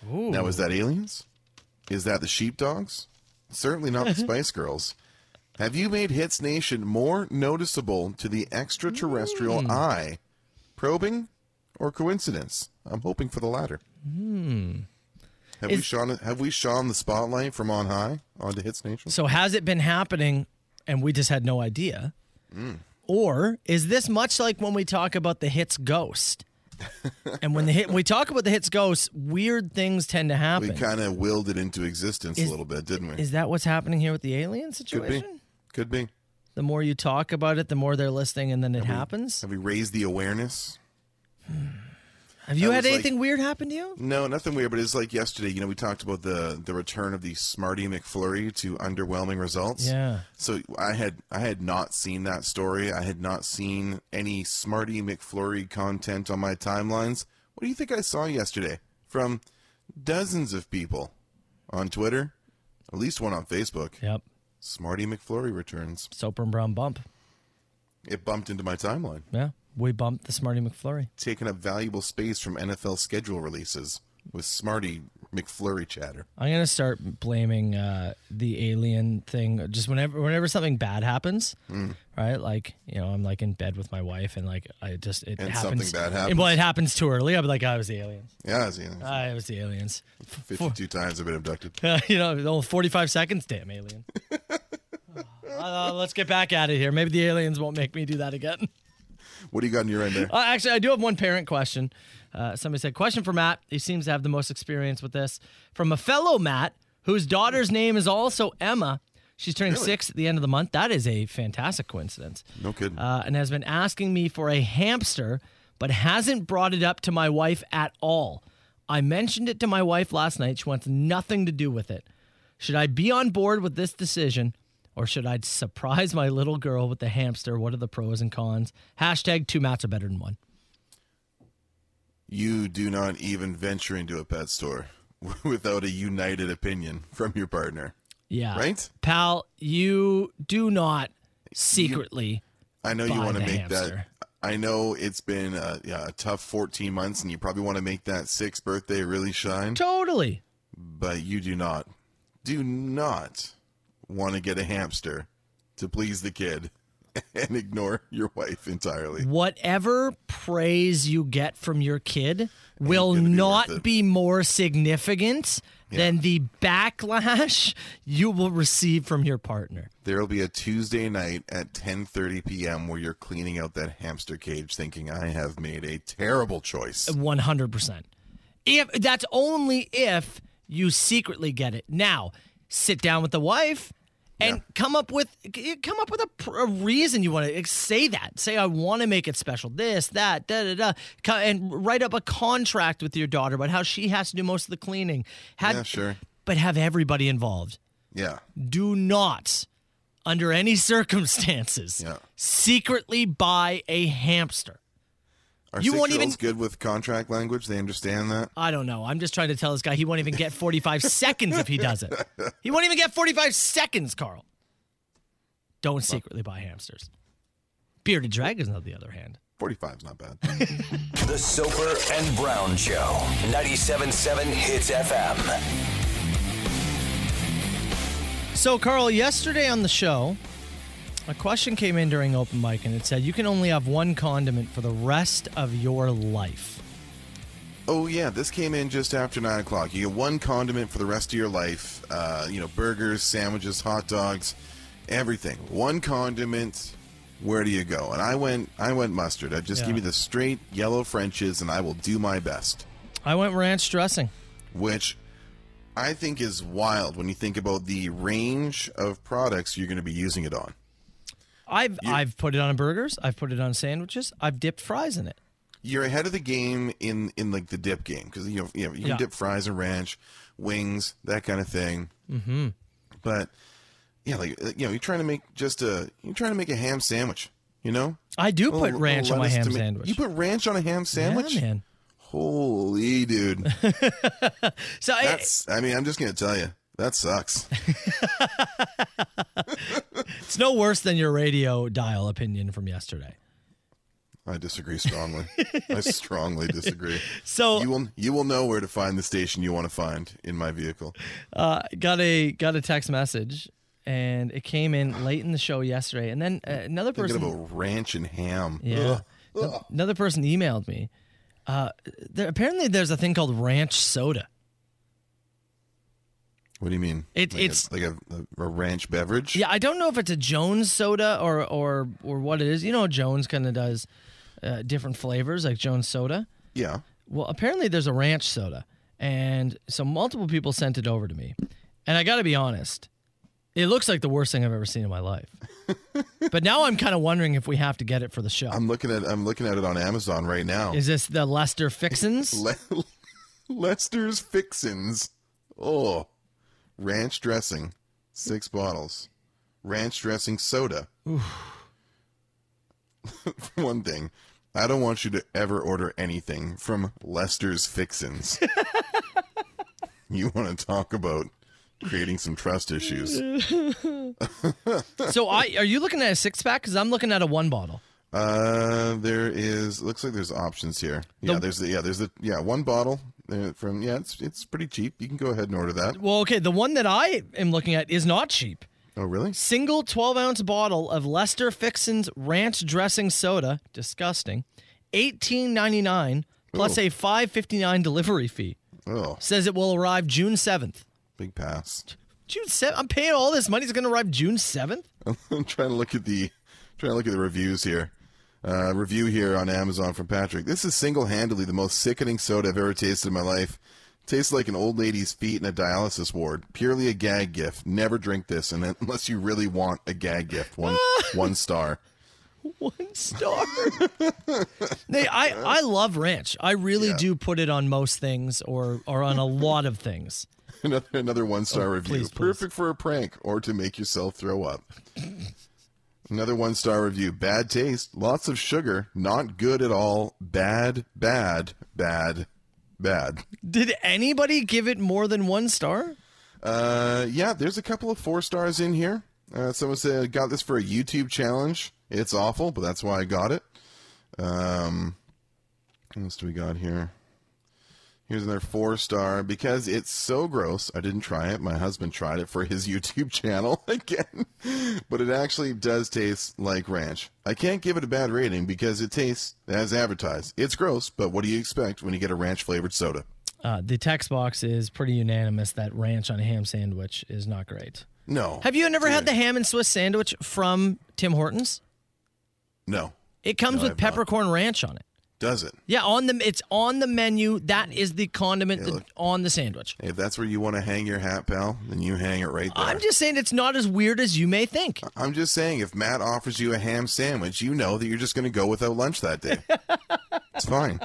Speaker 6: Now, is that aliens? Is that the sheepdogs? Certainly not the Spice Girls. Have you made Hits Nation more noticeable to the extraterrestrial eye? Probing or coincidence? I'm hoping for the latter. Have we
Speaker 5: Is-
Speaker 6: shone? Have we shone the spotlight from on high onto Hits Nation?
Speaker 5: So has it been happening and we just had no idea?
Speaker 6: Mm.
Speaker 5: Or is this much like when we talk about the hits ghost? and when the hit we talk about the hits ghost, weird things tend to happen.
Speaker 6: We kind of willed it into existence
Speaker 5: Is-
Speaker 6: a little bit, didn't we?
Speaker 5: is that what's happening here with the alien
Speaker 6: Could be.
Speaker 5: situation?
Speaker 6: Could be.
Speaker 5: The more you talk about it, the more they're listening and then it happens.
Speaker 6: Have we raised the awareness?
Speaker 5: Have you
Speaker 6: I
Speaker 5: had
Speaker 6: was like-
Speaker 5: anything weird happen to you?
Speaker 6: No, nothing weird. But it's like yesterday. You know, we talked about the the return of the Smarty McFlurry to underwhelming results.
Speaker 5: Yeah.
Speaker 6: So I had I had not seen that story. I had not seen any Smarty McFlurry content on my timelines. What do you think I saw yesterday from dozens of people on Twitter, at least one on Facebook?
Speaker 5: Yep.
Speaker 6: Smarty McFlurry returns.
Speaker 5: Soper and Brown bump.
Speaker 6: It bumped into my timeline.
Speaker 5: Yeah. We bumped the Smarty McFlurry.
Speaker 6: taken up valuable space from NFL schedule releases with Smarty McFlurry chatter.
Speaker 5: I'm gonna start blaming uh, the alien thing. Just whenever whenever something bad happens,
Speaker 6: Mm.
Speaker 5: right? Like you know, I'm like in bed with my wife, and like I just it
Speaker 6: And something
Speaker 5: happens.
Speaker 6: bad
Speaker 5: and, Well, it happens too early. I'll be like, I was the aliens.
Speaker 6: Yeah, it's, you know,
Speaker 5: I was the aliens.
Speaker 6: 52 times I've been abducted.
Speaker 5: you know, the whole 45 seconds. Damn alien. Uh, let's get back at it here. Maybe the aliens won't make me do that again.
Speaker 6: What do you got in your end there?
Speaker 5: Uh, actually, I do have one parent question. Uh, somebody said, Question for Matt. He seems to have the most experience with this. From a fellow Matt, whose daughter's name is also Emma. She's turning six at the end of the month. That is a fantastic coincidence.
Speaker 6: No kidding.
Speaker 5: Uh, and has been asking me for a hamster, but hasn't brought it up to my wife at all. I mentioned it to my wife last night. She wants nothing to do with it. Should I be on board with this decision or should I surprise my little girl with the hamster? What are the pros and cons? Hashtag two mats are better than one.
Speaker 6: you do not even venture into a pet store without a united opinion from your partner.
Speaker 5: Yeah.
Speaker 6: Right?
Speaker 5: Pal, you do not secretly.
Speaker 6: I know you
Speaker 5: Buy
Speaker 6: want to
Speaker 5: the
Speaker 6: make
Speaker 5: hamster.
Speaker 6: that. I know it's been a, yeah, a tough 14 months and you probably want to make that sixth birthday really shine,
Speaker 5: Totally.
Speaker 6: but you do not, do not want to get a hamster to please the kid and ignore your wife entirely.
Speaker 5: Whatever praise you get from your kid will
Speaker 6: gonna be worth
Speaker 5: not
Speaker 6: it.
Speaker 5: be more significant than the backlash you will receive from your partner.
Speaker 6: There'll be a Tuesday night at 10:30 p.m. where you're cleaning out that hamster cage thinking I have made a terrible choice.
Speaker 5: 100%. If that's only if you secretly get it. Now, sit down with the wife and come up with come up with a, pr- a reason you want to say that. Say I want to make it special. This, that, da da da. Co- And write up a contract with your daughter about how she has to do most of the cleaning. Have,
Speaker 6: Yeah, sure.
Speaker 5: But have everybody involved.
Speaker 6: Yeah.
Speaker 5: Do not under any circumstances
Speaker 6: Yeah.
Speaker 5: secretly buy a hamster.
Speaker 6: Are
Speaker 5: You won't
Speaker 6: six-year-olds
Speaker 5: even-
Speaker 6: good with contract language. They understand that.
Speaker 5: I don't know. I'm just trying to tell this guy he won't even get 45 seconds if he does it. He won't even get 45 seconds, Carl. Don't secretly buy hamsters. Bearded dragons, on the other hand.
Speaker 6: 45 is not bad.
Speaker 4: The Soper and Brown Show. 97.7 Hits FM.
Speaker 5: So, Carl, yesterday on the show, a question came in during open mic and it said, You can only have one condiment for the rest of your life.
Speaker 6: Oh yeah, this came in just after nine o'clock. You get one condiment for the rest of your life. Uh, you know, burgers, sandwiches, hot dogs, everything. One condiment. Where do you go? And I went, I went mustard. I just
Speaker 5: Yeah.
Speaker 6: give me the straight yellow Frenches, and I will do my best.
Speaker 5: I went ranch dressing.
Speaker 6: Which I think is wild when you think about the range of products you're going to be using it on.
Speaker 5: I've I've put it on burgers. I've put it on sandwiches. I've dipped fries in it.
Speaker 6: you're ahead of the game in in like the dip game because you know you, know, you can
Speaker 5: Yeah.
Speaker 6: dip fries and ranch, wings, that kind of thing. Mm-hmm. But yeah, like you know, you're trying to make just a you're trying to make a ham sandwich. You know,
Speaker 5: I do
Speaker 6: Little-
Speaker 5: put
Speaker 6: little
Speaker 5: ranch on my
Speaker 6: lettuce
Speaker 5: ham
Speaker 6: tomato-
Speaker 5: sandwich.
Speaker 6: You put ranch on a ham sandwich?
Speaker 5: Yeah, man.
Speaker 6: Holy dude,
Speaker 5: So eh, I-
Speaker 6: that's. I mean, I'm just gonna tell you that sucks.
Speaker 5: it's no worse than your radio dial opinion from yesterday.
Speaker 6: I disagree strongly. I strongly disagree.
Speaker 5: So
Speaker 6: You will you will know where to find the station you want to find in my vehicle.
Speaker 5: uh, got a got a text message, and it came in late in the show yesterday. And then uh, another
Speaker 6: Thinking
Speaker 5: person,
Speaker 6: about ranch and ham.
Speaker 5: yeah,
Speaker 6: Ugh.
Speaker 5: No- another person emailed me. Uh, there, apparently, there's a thing called ranch soda.
Speaker 6: What do you mean?
Speaker 5: It-
Speaker 6: like
Speaker 5: it's-
Speaker 6: a, like a, a, a ranch beverage.
Speaker 5: Yeah, I don't know if it's a Jones soda or or or what it is. You know, Jones kind of does uh, different flavors, like Jones soda.
Speaker 6: Yeah.
Speaker 5: Well, apparently there's a ranch soda, and so multiple people sent it over to me, and I got to be honest, it looks like the worst thing I've ever seen in my life. but now I'm kind of wondering if we have to get it for the show.
Speaker 6: I'm looking at I'm looking at it on Amazon right now.
Speaker 5: is this the Lester Fixins?
Speaker 6: Le- Lester's Fixins. Oh, ranch dressing, six bottles. Ranch dressing soda. For One thing, I don't want you to ever order anything from Lester's Fixins. you want to talk about creating some trust issues?
Speaker 5: so I are you looking at a six pack? Because I'm looking at a one bottle.
Speaker 6: Uh, there is. Looks like there's options here. Yeah,
Speaker 5: The-
Speaker 6: there's the yeah, there's the yeah one bottle uh, from yeah, it's it's pretty cheap. You can go ahead and order that.
Speaker 5: Well, okay, the one that I am looking at is not cheap.
Speaker 6: Oh really?
Speaker 5: Single 12 ounce bottle of Lester Fixins ranch dressing soda, disgusting, eighteen ninety nine plus
Speaker 6: Ooh.
Speaker 5: a five fifty nine delivery fee.
Speaker 6: Oh,
Speaker 5: says it will arrive June 7th.
Speaker 6: big pass.
Speaker 5: June 7th? I'm paying all this money. It's going to arrive June 7th?
Speaker 6: I'm trying to look at the trying to look at the reviews here. Uh, review here on Amazon from Patrick. This is single-handedly the most sickening soda I've ever tasted in my life. Tastes like an old lady's feet in a dialysis ward. Purely a gag gift. Never drink this, and then- unless you really want a gag gift, one one star.
Speaker 5: One star. Nay, I, I love ranch. I really do put it on most things or, or on a lot of things.
Speaker 6: another another one star review.
Speaker 5: Oh, please, please.
Speaker 6: Perfect for a prank or to make yourself throw up. another one star review. Bad taste, lots of sugar, not good at all. Bad, bad, bad, bad.
Speaker 5: Did anybody give it more than one star?
Speaker 6: Uh, yeah, there's a couple of four stars in here. Uh, someone said I got this for a YouTube challenge. It's awful, but that's why I got it. Um, what else do we got here? Here's another four star because it's so gross. I didn't try it. My husband tried it for his YouTube channel again, but it actually does taste like ranch. I can't give it a bad rating because it tastes as advertised. It's gross, but what do you expect when you get a ranch flavored soda?
Speaker 5: Uh, the text box is pretty unanimous that ranch on a ham sandwich is not great.
Speaker 6: No.
Speaker 5: Have you never had
Speaker 6: Yeah.
Speaker 5: the ham and Swiss sandwich from Tim Hortons?
Speaker 6: No.
Speaker 5: It comes
Speaker 6: No, I
Speaker 5: with
Speaker 6: have not.
Speaker 5: peppercorn ranch on it.
Speaker 6: Does it?
Speaker 5: Yeah, on the it's on the menu. That is the condiment
Speaker 6: Yeah,
Speaker 5: that-
Speaker 6: look.
Speaker 5: on the sandwich.
Speaker 6: If that's where you want to hang your hat, pal, then you hang it right there.
Speaker 5: I'm just saying it's not as weird as you may think.
Speaker 6: I'm just saying, if Matt offers you a ham sandwich, you know that you're just going to go without lunch that day. it's fine.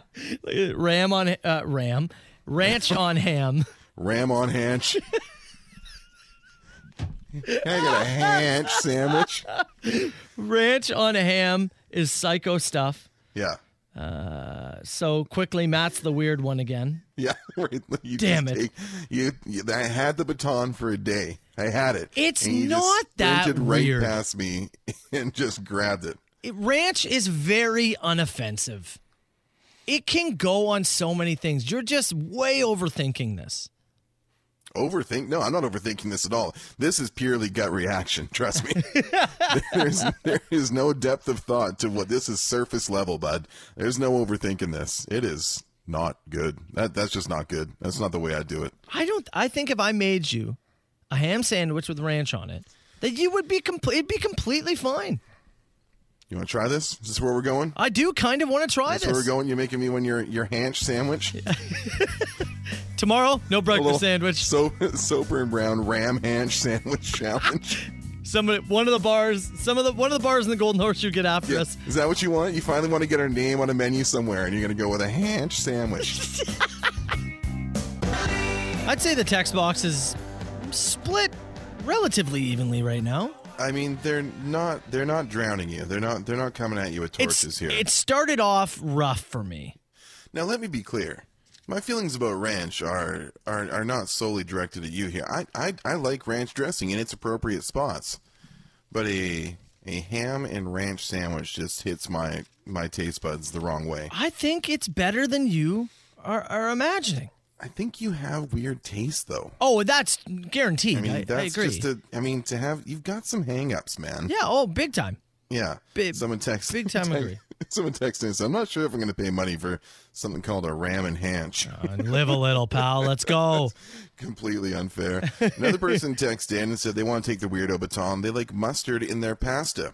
Speaker 5: Ram on uh, ram, ranch on ham.
Speaker 6: Ram on hanch. Can I get a hanch sandwich?
Speaker 5: Ranch on ham is psycho stuff.
Speaker 6: Yeah.
Speaker 5: So quickly, Matt's the weird one again.
Speaker 6: Yeah. Right. You
Speaker 5: Damn
Speaker 6: just
Speaker 5: it.
Speaker 6: take- you, you, I had the baton for a day. I had it.
Speaker 5: It's
Speaker 6: And you just
Speaker 5: not that
Speaker 6: sprinted right
Speaker 5: weird.
Speaker 6: past me and just grabbed it.
Speaker 5: It- ranch is very unoffensive. It can go on so many things. You're just way overthinking this.
Speaker 6: Overthink? No, I'm not overthinking this at all. This is purely gut reaction. Trust me. There's, there is no depth of thought to what this is. Surface level, bud. There's no overthinking this. It is not good. That that's just not good. That's not the way I do it.
Speaker 5: I don't. I think if I made you a ham sandwich with ranch on it, that you would be complete. It'd be completely fine.
Speaker 6: You want to try this? Is this where we're going?
Speaker 5: I do kind of want to try
Speaker 6: That's
Speaker 5: this
Speaker 6: where we're going. You're making me one your your hanch sandwich.
Speaker 5: tomorrow. No breakfast
Speaker 6: little
Speaker 5: sandwich.
Speaker 6: So Soper and Brown Ram Hanch Sandwich Challenge.
Speaker 5: Some of- one of the bars. Some of the one of the bars in the Golden Horseshoe. Get after us.
Speaker 6: Is that what you want? You finally want to get our name on a menu somewhere, and you're going to go with a Hanch Sandwich.
Speaker 5: I'd say the text box is split relatively evenly right now.
Speaker 6: I mean, they're not they're not drowning you. They're not they're not coming at you with torches
Speaker 5: It's,
Speaker 6: here.
Speaker 5: it started off rough for me.
Speaker 6: Now let me be clear. My feelings about ranch are are, are not solely directed at you here. I, I I like ranch dressing in its appropriate spots. But a a ham and ranch sandwich just hits my my taste buds the wrong way.
Speaker 5: I think it's better than you are, are imagining.
Speaker 6: I think you have weird taste though.
Speaker 5: Oh, that's guaranteed.
Speaker 6: I
Speaker 5: I,
Speaker 6: mean,
Speaker 5: I
Speaker 6: that's
Speaker 5: agree.
Speaker 6: just a. I mean, to have you've got some hangups, man.
Speaker 5: yeah. Oh, big time.
Speaker 6: Yeah.
Speaker 5: Big-
Speaker 6: someone texted.
Speaker 5: big time agree.
Speaker 6: Someone texted and said, "I'm not sure if I'm going to pay money for something called a ram and hanch."
Speaker 5: Uh, live a little, pal. Let's go.
Speaker 6: Completely unfair. Another person texted in and said they want to take the weirdo baton. They like mustard in their pasta.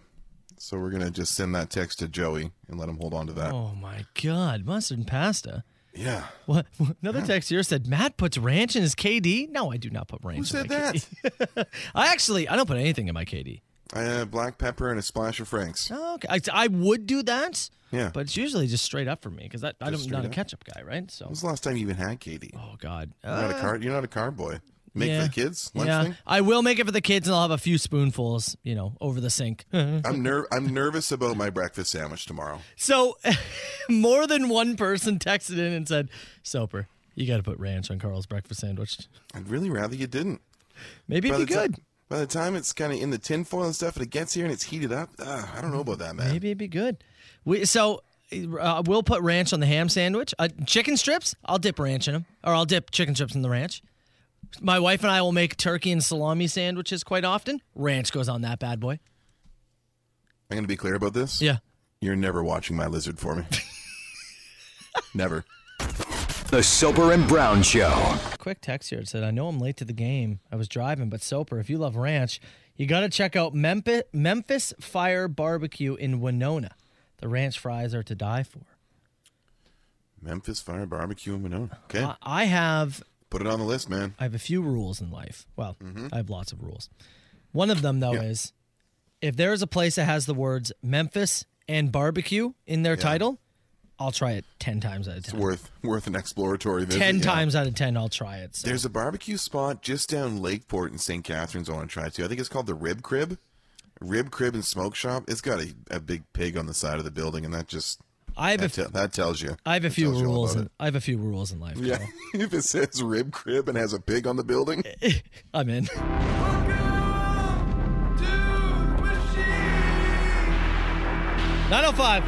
Speaker 6: So we're going to just send that text to Joey and let him hold on to that.
Speaker 5: Oh my God, mustard and pasta.
Speaker 6: Yeah.
Speaker 5: What? Another text here said Matt puts ranch in his KD. No, I do not put ranch.
Speaker 6: Who said
Speaker 5: in my KD.
Speaker 6: that?
Speaker 5: I actually I don't put anything in my KD.
Speaker 6: I uh, black pepper and a splash of Frank's.
Speaker 5: Okay, I, I would do that.
Speaker 6: Yeah.
Speaker 5: Oh, but it's usually just straight up for me because I'm
Speaker 6: straight
Speaker 5: not a
Speaker 6: up?
Speaker 5: ketchup guy, right? So,
Speaker 6: When was the last time you even had Katie?
Speaker 5: oh God,
Speaker 6: You're not a
Speaker 5: Uh,
Speaker 6: car. You're not a car boy. Make
Speaker 5: yeah.
Speaker 6: for the kids lunch
Speaker 5: yeah,
Speaker 6: thing.
Speaker 5: I will make it for the kids, and I'll have a few spoonfuls, you know, over the sink.
Speaker 6: I'm ner- I'm nervous about my breakfast sandwich tomorrow.
Speaker 5: so, more than one person texted in and said, "Soper, you got to put ranch on Carl's breakfast sandwich.
Speaker 6: I'd really rather you didn't.
Speaker 5: Maybe it'd be
Speaker 6: the ti-
Speaker 5: good.
Speaker 6: by the time it's kind of in the tinfoil and stuff, and it gets here and it's heated up, uh, I don't know about that, man.
Speaker 5: Maybe it'd be good." We so. Uh, we'll put ranch on the ham sandwich. Uh, chicken strips, I'll dip ranch in them, or I'll dip chicken strips in the ranch. My wife and I will make turkey and salami sandwiches quite often. Ranch goes on that bad boy.
Speaker 6: I'm going to be clear about this.
Speaker 5: Yeah.
Speaker 6: You're never watching my lizard for me. never.
Speaker 4: The Soper and Brown Show.
Speaker 5: Quick text here. It said, I know I'm late to the game. I was driving, but Soper, if you love ranch, you got to check out Memphis, Memphis Fire Barbecue in Winona. The ranch fries are to die for.
Speaker 6: Memphis Fire Barbecue in Winona. Okay.
Speaker 5: I- I have
Speaker 6: Put it on the list, man.
Speaker 5: I have a few rules in life. Well,
Speaker 6: Mm-hmm.
Speaker 5: I have lots of rules. One of them though is if there is a place that has the words Memphis and barbecue in their title, I'll try it 10 times out of
Speaker 6: It's
Speaker 5: 10.
Speaker 6: worth worth an exploratory visit.
Speaker 5: 10
Speaker 6: yeah.
Speaker 5: times out of 10 I'll try it. So.
Speaker 6: There's a barbecue spot just down Lakeport in St. Catharines I want to try too. I think it's called the Rib Crib. Rib Crib and Smoke Shop. It's got a, a big pig on the side of the building, and that just
Speaker 5: I have a
Speaker 6: that, te- that tells you.
Speaker 5: I have a
Speaker 6: That
Speaker 5: few
Speaker 6: tells you all
Speaker 5: rules.
Speaker 6: about
Speaker 5: In, I have a few rules in life.
Speaker 6: it. Yeah,
Speaker 5: Carl.
Speaker 6: if it says Rib Crib and has a pig on the building,
Speaker 5: Eh, I'm in. Nine oh five.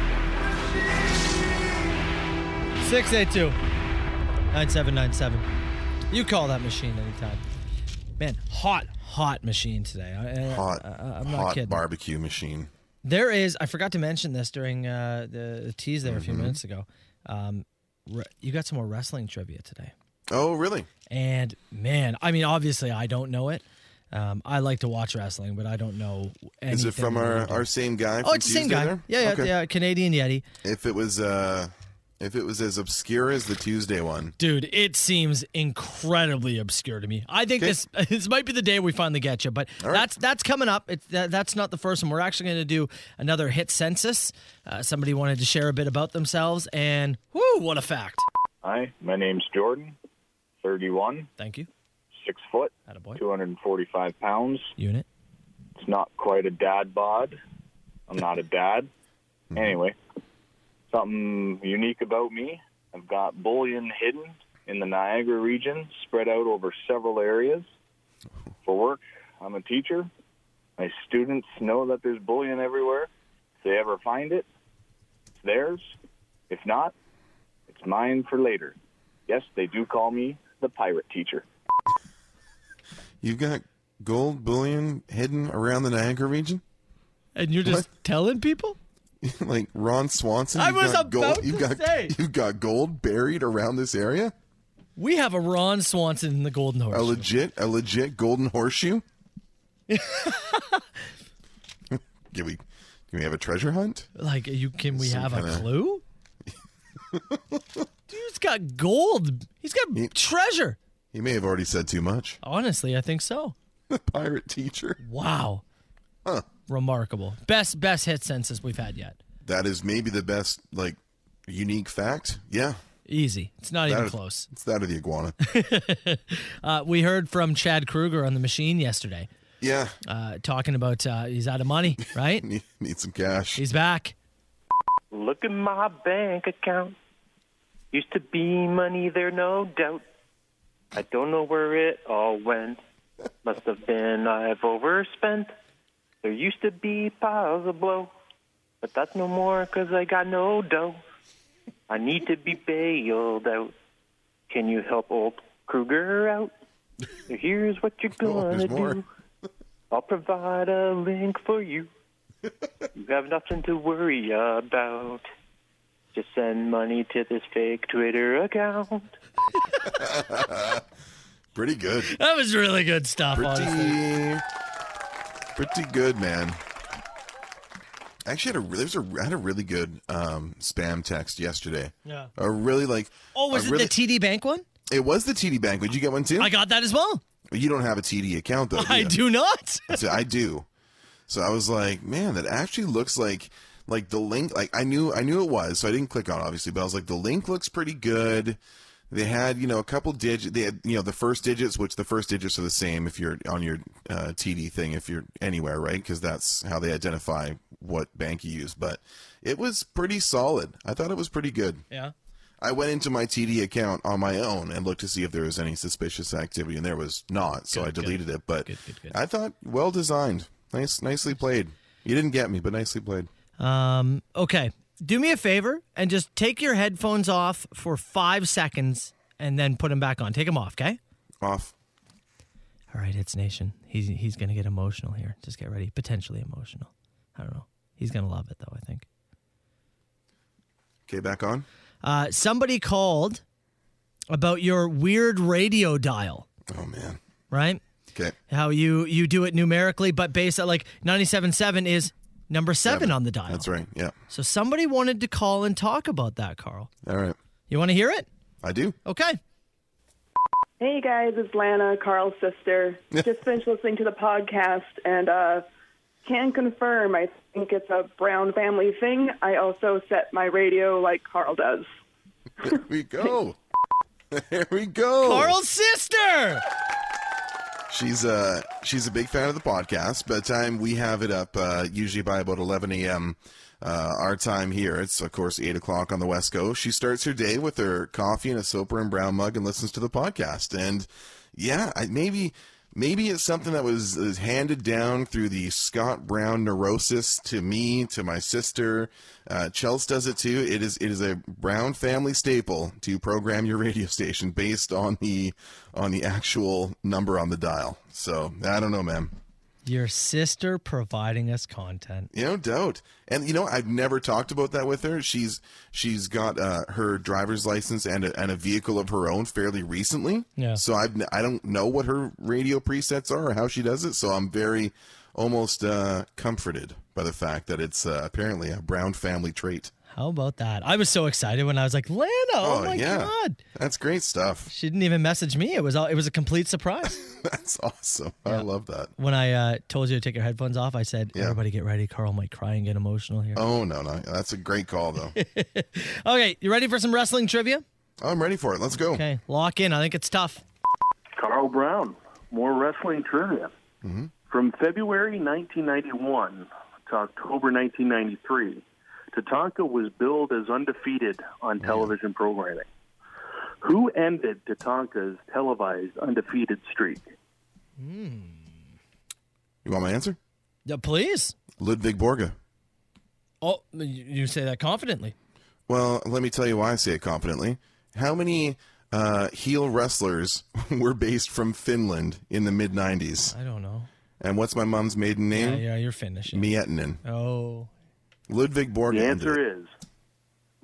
Speaker 5: Six eight two. Nine seven nine seven. You call that machine anytime. Man, hot, hot machine today. I- I-
Speaker 6: hot,
Speaker 5: I'm not
Speaker 6: hot
Speaker 5: kidding.
Speaker 6: barbecue machine.
Speaker 5: There is. I forgot to mention this during uh, the tease there a
Speaker 6: Mm-hmm.
Speaker 5: few minutes ago. Um, re- you got some more wrestling trivia today.
Speaker 6: Oh, really?
Speaker 5: And man, I mean, obviously, I don't know it. Um, I like to watch wrestling, but I don't know anything.
Speaker 6: Is it from our, our same guy?
Speaker 5: Oh,
Speaker 6: from
Speaker 5: it's the same
Speaker 6: Tuesday
Speaker 5: guy.
Speaker 6: there?
Speaker 5: Yeah, yeah,
Speaker 6: Okay.
Speaker 5: yeah. Canadian Yeti,
Speaker 6: If it was uh, if it was as obscure as the Tuesday one,
Speaker 5: dude. It seems incredibly obscure to me. I think this this might be the day we finally get you, but
Speaker 6: All right.
Speaker 5: that's that's coming up. It's that, that's not the first one. We're actually going to do another hit census. Uh, somebody wanted to share a bit about themselves, and whoo, what a fact!
Speaker 10: Hi, my name's Jordan, 31,
Speaker 5: Thank you.
Speaker 10: six foot,
Speaker 5: Attaboy.
Speaker 10: 245 pounds.
Speaker 5: Unit.
Speaker 10: It's not quite a dad bod. I'm not a dad. Anyway, something unique about me. I've got bullion hidden in the Niagara region, spread out over several areas. For work, I'm a teacher. My students know that there's bullion everywhere. If they ever find it, it's theirs. If not, it's mine for later. Yes, they do call me the pirate teacher.
Speaker 6: You've got gold bullion hidden around the Niagara region,
Speaker 5: and you're just telling people.
Speaker 6: like Ron Swanson.
Speaker 5: I
Speaker 6: you've
Speaker 5: was
Speaker 6: got gold,
Speaker 5: about
Speaker 6: you've
Speaker 5: to
Speaker 6: got,
Speaker 5: say.
Speaker 6: You've got gold buried around this area.
Speaker 5: We have a Ron Swanson in the Golden
Speaker 6: A
Speaker 5: Horse.
Speaker 6: legit, a legit golden horseshoe. can we, can we have a treasure hunt?
Speaker 5: like, you can we
Speaker 6: Some
Speaker 5: have
Speaker 6: kinda-
Speaker 5: a clue? Dude's got gold. He's got
Speaker 6: He-
Speaker 5: treasure.
Speaker 6: You may have already said too much.
Speaker 5: Honestly, I think so.
Speaker 6: The pirate teacher.
Speaker 5: Wow.
Speaker 6: Huh.
Speaker 5: Remarkable. Best best hit census we've had yet.
Speaker 6: That is maybe the best, like, unique fact. Yeah,
Speaker 5: Easy. It's not
Speaker 6: That
Speaker 5: even
Speaker 6: is-
Speaker 5: close.
Speaker 6: it's that of the iguana.
Speaker 5: Uh, we heard from Chad Kruger on the machine yesterday,
Speaker 6: yeah,
Speaker 5: uh, talking about uh, he's out of money, right?
Speaker 6: need, need some cash.
Speaker 5: he's back.
Speaker 10: Look at my bank account. Used to be money there, no doubt. I don't know where it all went. Must have been I've overspent. There used to be piles of blow, but that's no more 'cause I got no dough. I need to be bailed out. Can you help old Kruger out? So here's what you're
Speaker 6: Oh,
Speaker 10: gonna
Speaker 6: there's more.
Speaker 10: do. I'll provide a link for you. You have nothing to worry about. Just send money to this fake Twitter account.
Speaker 6: Pretty good.
Speaker 5: That was really good stuff. honestly.
Speaker 6: Pretty, pretty good, man. I actually had a there's a I had a really good um, spam text yesterday.
Speaker 5: Yeah.
Speaker 6: A really like
Speaker 5: Oh, was
Speaker 6: a
Speaker 5: it
Speaker 6: really-
Speaker 5: the TD Bank one?
Speaker 6: It was the TD Bank. Would you get one too?
Speaker 5: I got that as well.
Speaker 6: you don't have a TD account though.
Speaker 5: I
Speaker 6: you?
Speaker 5: do not.
Speaker 6: So I do. So I was like, man, that actually looks like like the link. Like I knew I knew it was, so I didn't click on it, obviously. But I was like, the link looks pretty good. They had you know a couple digit. They had you know the first digits, which the first digits are the same if you're on your uh, TD thing, if you're anywhere, right? Because that's how they identify what bank you use. But it was pretty solid. I thought it was pretty good.
Speaker 5: Yeah.
Speaker 6: I went into my TD account on my own and looked to see if there was any suspicious activity, and there was not. So I deleted it. But
Speaker 5: good, good.
Speaker 6: I thought well designed, nice, nicely played. You didn't get me, but nicely played.
Speaker 5: Um, okay. Do me a favor and just take your headphones off for five seconds and then put them back on. Take them off, okay?
Speaker 6: Off.
Speaker 5: All right, Hits Nation. He's he's gonna get emotional here. Just get ready. Potentially emotional. I don't know. He's gonna love it though. I think.
Speaker 6: Okay, back on.
Speaker 5: Uh, somebody called about your weird radio dial,
Speaker 6: Oh man.
Speaker 5: right?
Speaker 6: Okay.
Speaker 5: How you you do it numerically, but based on like 97.7 is number seven on the dial.
Speaker 6: That's right. Yeah.
Speaker 5: So somebody wanted to call and talk about that, Carl.
Speaker 6: All right.
Speaker 5: You want to hear it?
Speaker 6: I do.
Speaker 5: Okay.
Speaker 11: Hey guys, it's Lana, Carl's sister. Just finished listening to the podcast and uh, can confirm I think it's a Brown family thing. I also set my radio like Carl does.
Speaker 6: There we go. There we go.
Speaker 5: Carl's sister.
Speaker 6: She's uh she's a big fan of the podcast. By the time we have it up, uh, usually by about eleven a.m. Uh, our time here, it's of course eight o'clock on the West Coast. She starts her day with her coffee and a Soper and Brown mug and listens to the podcast. And yeah, I, maybe maybe it's something that was, was handed down through the Scott Brown neurosis to me, to my sister. Uh, Chels does it too. It is it is a Brown family staple to program your radio station based on the on the actual number on the dial. So I don't know, man.
Speaker 5: Your sister providing us content.
Speaker 6: You know, doubt. And you know, I've never talked about that with her. She's she's got uh, her driver's license and a, and a vehicle of her own fairly recently.
Speaker 5: Yeah.
Speaker 6: So I've n- I don't know what her radio presets are or how she does it. So I'm very almost uh, comforted by the fact that it's uh, apparently a brown family trait.
Speaker 5: How about that? I was so excited when I was like, Lana, oh, my god.
Speaker 6: that's great stuff.
Speaker 5: She didn't even message me. It was all, it was a complete surprise.
Speaker 6: That's awesome. I love that.
Speaker 5: when I uh, told you to take your headphones off, I said,
Speaker 6: Yeah.
Speaker 5: "Everybody get ready. Carl might cry and get emotional here."
Speaker 6: Oh no, no, that's a great call though.
Speaker 5: Okay, you ready for some wrestling trivia?
Speaker 6: I'm ready for it. Let's go.
Speaker 5: Okay, lock in. I think it's tough.
Speaker 10: Carl Brown, more wrestling trivia. From February 1991 to October 1993, Tatanka was billed as undefeated on television programming. Who ended Tatanka's televised undefeated streak?
Speaker 6: You want my answer?
Speaker 5: Yeah, Uh, please.
Speaker 6: Ludwig Borga.
Speaker 5: Oh, you you say that confidently.
Speaker 6: Well, let me tell you why I say it confidently. How many uh, heel wrestlers were based from Finland in the mid 90s?
Speaker 5: I don't know.
Speaker 6: And what's my mom's maiden name?
Speaker 5: Yeah, yeah, you're finished.
Speaker 6: Mietinen.
Speaker 5: Oh.
Speaker 6: Ludwig Borg.
Speaker 10: The answer is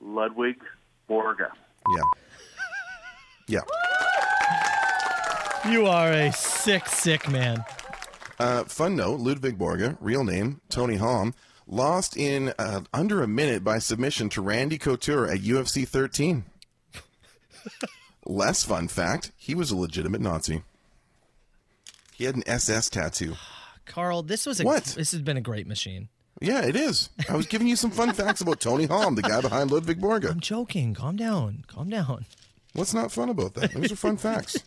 Speaker 10: Ludwig Borga.
Speaker 6: Yeah. Yeah.
Speaker 5: You are a sick, sick man.
Speaker 6: Uh, fun note Ludwig Borga, real name, Tony Halm, lost in uh, under a minute by submission to Randy Couture at UFC 13. Less fun fact he was a legitimate Nazi. He had an SS tattoo.
Speaker 5: Carl, this was a
Speaker 6: What?
Speaker 5: this has been a great machine.
Speaker 6: Yeah, it is. I was giving you some fun facts about Tony Halm, the guy behind Ludwig Borga. I'm
Speaker 5: joking. Calm down. Calm down.
Speaker 6: What's not fun about that? Those are fun facts.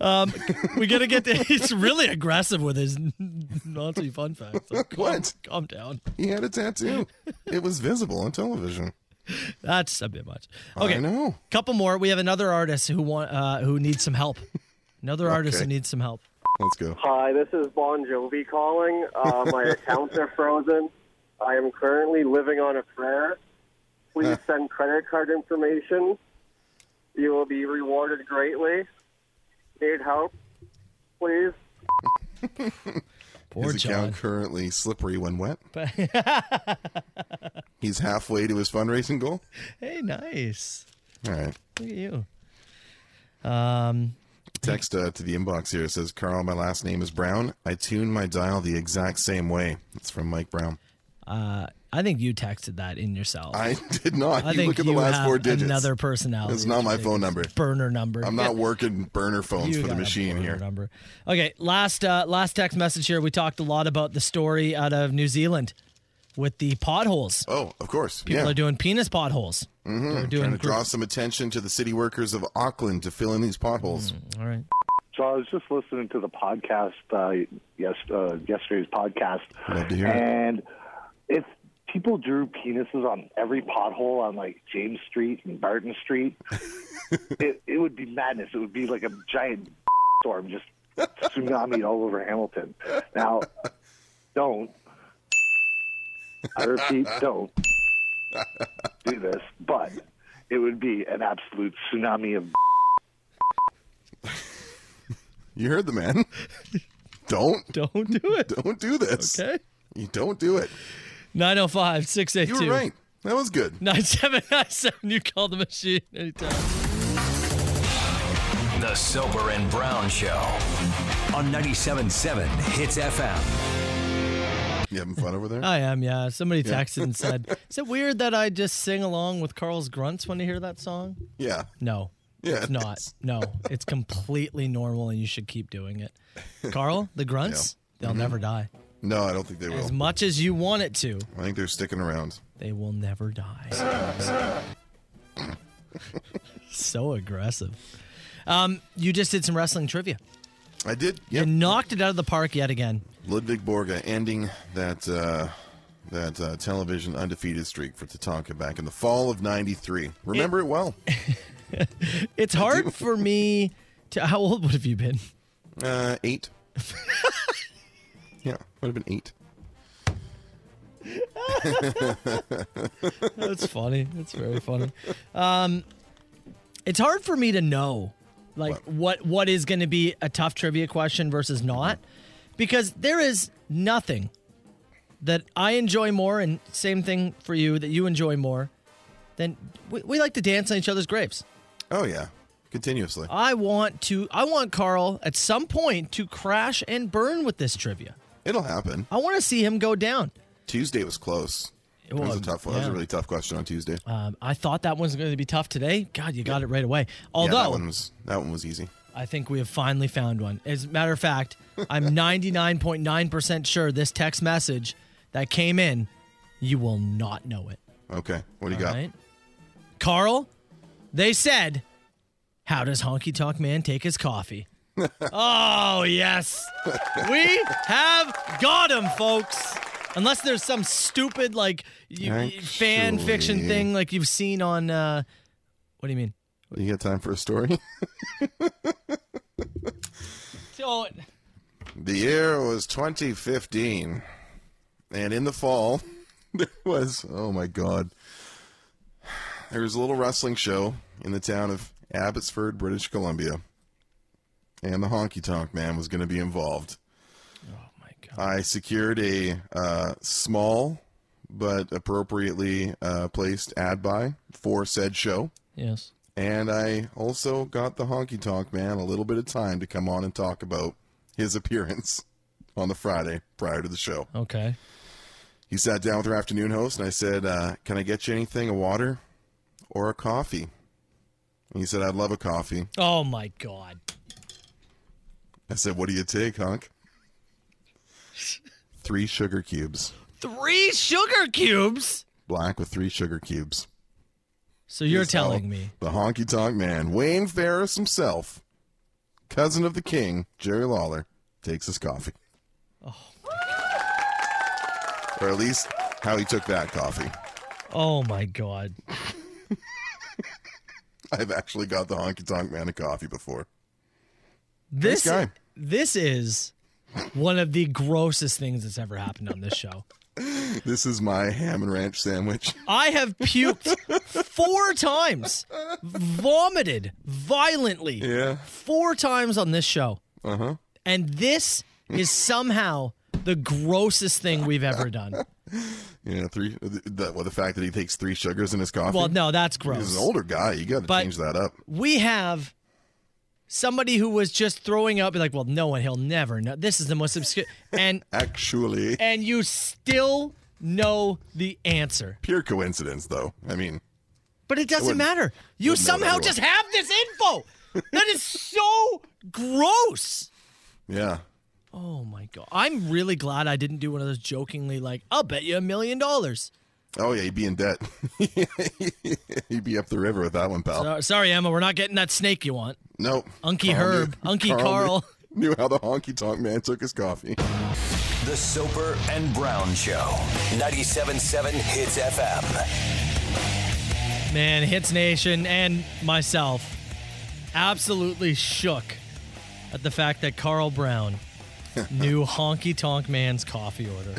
Speaker 5: Um, we gotta get to. He's really aggressive with his Nazi fun facts. So calm,
Speaker 6: What?
Speaker 5: Calm down.
Speaker 6: He had a tattoo. It was visible on television.
Speaker 5: That's a bit much.
Speaker 6: I
Speaker 5: Okay,
Speaker 6: know.
Speaker 5: Couple more. We have another artist who want uh, who needs some help. Another artist who
Speaker 6: Okay.
Speaker 5: needs some help.
Speaker 6: Let's go.
Speaker 12: Hi, this is Bon Jovi calling. Uh, my accounts are frozen. I am currently living on a prayer. Please send credit card information. You will be rewarded greatly. Need help? Please.
Speaker 5: Poor
Speaker 6: his account currently slippery when wet. He's halfway to his fundraising goal.
Speaker 5: Hey, nice.
Speaker 6: All right.
Speaker 5: Look at you. Um,
Speaker 6: Text uh, to the inbox here. It says, Carl, my last name is Brown. I tune my dial the exact same way. It's from Mike Brown.
Speaker 5: Uh, I think you texted that in yourself.
Speaker 6: I did not.
Speaker 5: I
Speaker 6: You
Speaker 5: think
Speaker 6: look at the
Speaker 5: you
Speaker 6: last
Speaker 5: have
Speaker 6: four digits.
Speaker 5: Another personality.
Speaker 6: It's not my phone number.
Speaker 5: Burner number.
Speaker 6: I'm not working burner phones for
Speaker 5: You
Speaker 6: the
Speaker 5: got a
Speaker 6: machine here.
Speaker 5: Number. Okay, last uh, last text message here. We talked a lot about the story out of New Zealand with the potholes.
Speaker 6: Oh, of course.
Speaker 5: People
Speaker 6: yeah.
Speaker 5: are doing penis potholes.
Speaker 6: Mhm.
Speaker 5: They're doing
Speaker 6: Trying to draw
Speaker 5: group-
Speaker 6: some attention to the city workers of Auckland to fill in these potholes.
Speaker 5: All right.
Speaker 13: So I was just listening to the podcast, uh, yes, uh, yesterday's podcast,
Speaker 6: Love to hear it.
Speaker 13: and it's people drew penises on every pothole on like James Street and Barton Street. it, it would be madness. It would be like a giant storm, just tsunami all over Hamilton. Now, don't. I repeat, don't do this. But it would be an absolute tsunami of.
Speaker 6: You heard the man. don't
Speaker 5: don't do it.
Speaker 6: Don't do this.
Speaker 5: Okay.
Speaker 6: You don't do it.
Speaker 5: 905 682.
Speaker 6: You were right. That was good.
Speaker 5: 9797. You call the machine anytime.
Speaker 4: The Sober and Brown Show on 97.7 Hits FM.
Speaker 6: You having fun over there?
Speaker 5: I am, yeah. Somebody
Speaker 6: Yeah.
Speaker 5: texted and said, Is it weird that I just sing along with Carl's grunts when I hear that song?
Speaker 6: Yeah.
Speaker 5: No.
Speaker 6: Yeah,
Speaker 5: It's
Speaker 6: it
Speaker 5: not. No. It's completely normal and you should keep doing it. Carl, the grunts,
Speaker 6: Yeah.
Speaker 5: they'll
Speaker 6: Mhm.
Speaker 5: never die.
Speaker 6: No, I don't think they will.
Speaker 5: As much as you want it to,
Speaker 6: I think they're sticking around.
Speaker 5: they will never die. so aggressive. Um, you just did some wrestling trivia.
Speaker 6: I did.
Speaker 5: You knocked it out of the park yet again.
Speaker 6: Ludwig Borga ending that uh, that uh, television undefeated streak for Tatanka back in the fall of '93. Remember it, well.
Speaker 5: It's hard for me to. How old would have you been?
Speaker 6: Uh, eight. yeah, would have been eight.
Speaker 5: That's funny. That's very funny. Um, it's hard for me to know, like what what is going to be a tough trivia question versus not, because there is nothing that I enjoy more, and same thing for you that you enjoy more. Than we, we like to dance on each other's graves.
Speaker 6: Oh yeah, continuously.
Speaker 5: I want to. I want Carl at some point to crash and burn with this trivia.
Speaker 6: It'll happen.
Speaker 5: I want to see him go down.
Speaker 6: Tuesday was close. It was, a
Speaker 5: was,
Speaker 6: tough one. That was a
Speaker 5: yeah.
Speaker 6: really tough question on Tuesday.
Speaker 5: Um, I thought that one's going to be tough today. God, you got it right away.
Speaker 6: Yeah,
Speaker 5: Although
Speaker 6: that one was that one was easy.
Speaker 5: I think we have finally found one. As a matter of fact, I'm 99.9% sure this text message that came in, you will not know it.
Speaker 6: Okay, what do you got?
Speaker 5: All right? Carl, they said, How does Honky Tonk Man take his coffee? oh, yes. We have got him, folks. Unless there's some stupid, like, you, fan fiction
Speaker 6: Actually-
Speaker 5: thing like you've seen on. Uh, what do you mean?
Speaker 6: You got time for a story?
Speaker 5: Oh,
Speaker 6: The year was 2015, and in the fall, there was oh my god, there was a little wrestling show in the town of Abbotsford, British Columbia. And the honky tonk man was going to be involved. Oh my god! I secured a uh, small but appropriately uh, placed ad buy for said show.
Speaker 5: Yes.
Speaker 6: And I also got the honky tonk man a little bit of time to come on and talk about his appearance on the Friday prior to the show.
Speaker 5: Okay.
Speaker 6: He sat down with our afternoon host, and I said, uh, "Can I get you anything, a water or a coffee?" And he said, "I'd love a coffee."
Speaker 5: Oh my god.
Speaker 6: I said, "What do you take, Hunk?" Three sugar cubes,
Speaker 5: Three sugar cubes.
Speaker 6: black with three sugar cubes.
Speaker 5: So you're
Speaker 6: Here's how
Speaker 5: telling me.
Speaker 6: the honky tonk man, Wayne Ferris himself, cousin of the king, Jerry Lawler, takes his coffee. Or at least how he took that coffee.
Speaker 5: Oh my god.
Speaker 6: I've actually got the honky tonk man a coffee before.
Speaker 5: This
Speaker 6: guy.
Speaker 5: this is one of the grossest things that's ever happened on this show.
Speaker 6: This is my ham and ranch sandwich.
Speaker 5: I have puked four times, vomited violently
Speaker 6: Yeah.
Speaker 5: four times on this show.
Speaker 6: Uh huh.
Speaker 5: And this is somehow the grossest thing we've ever done.
Speaker 6: Yeah, three. uh, The, well, the fact that he takes three sugars in his coffee.
Speaker 5: Well, no, that's
Speaker 6: He's
Speaker 5: gross.
Speaker 6: an older guy. You got to
Speaker 5: But-
Speaker 6: change that up.
Speaker 5: We have somebody who was just throwing up, be like, well, no one, he'll never know. This is the most obscure. And,
Speaker 6: Actually,
Speaker 5: and you still know the answer.
Speaker 6: pure coincidence, though. I mean,
Speaker 5: But it doesn't
Speaker 6: wouldn't-
Speaker 5: matter. You
Speaker 6: wouldn't know
Speaker 5: somehow
Speaker 6: otherwise.
Speaker 5: just have this info. That is so gross.
Speaker 6: yeah.
Speaker 5: Oh my god. I'm really glad I didn't do one of those jokingly like, I'll bet you a million dollars.
Speaker 6: Oh yeah, he'd be in debt. he'd be up the river with that one, pal.
Speaker 5: So- Uh, Sorry, Emma, we're not getting that snake you want.
Speaker 6: Nope.
Speaker 5: Unky Herb, Unky Carl.
Speaker 6: Knew, knew how the honky tonk man took his coffee.
Speaker 4: The Soper and Brown Show. 97.7 Hits FM.
Speaker 5: Man, Hits Nation and myself absolutely shook at the fact that Carl Brown knew Honky Tonk Man's coffee order.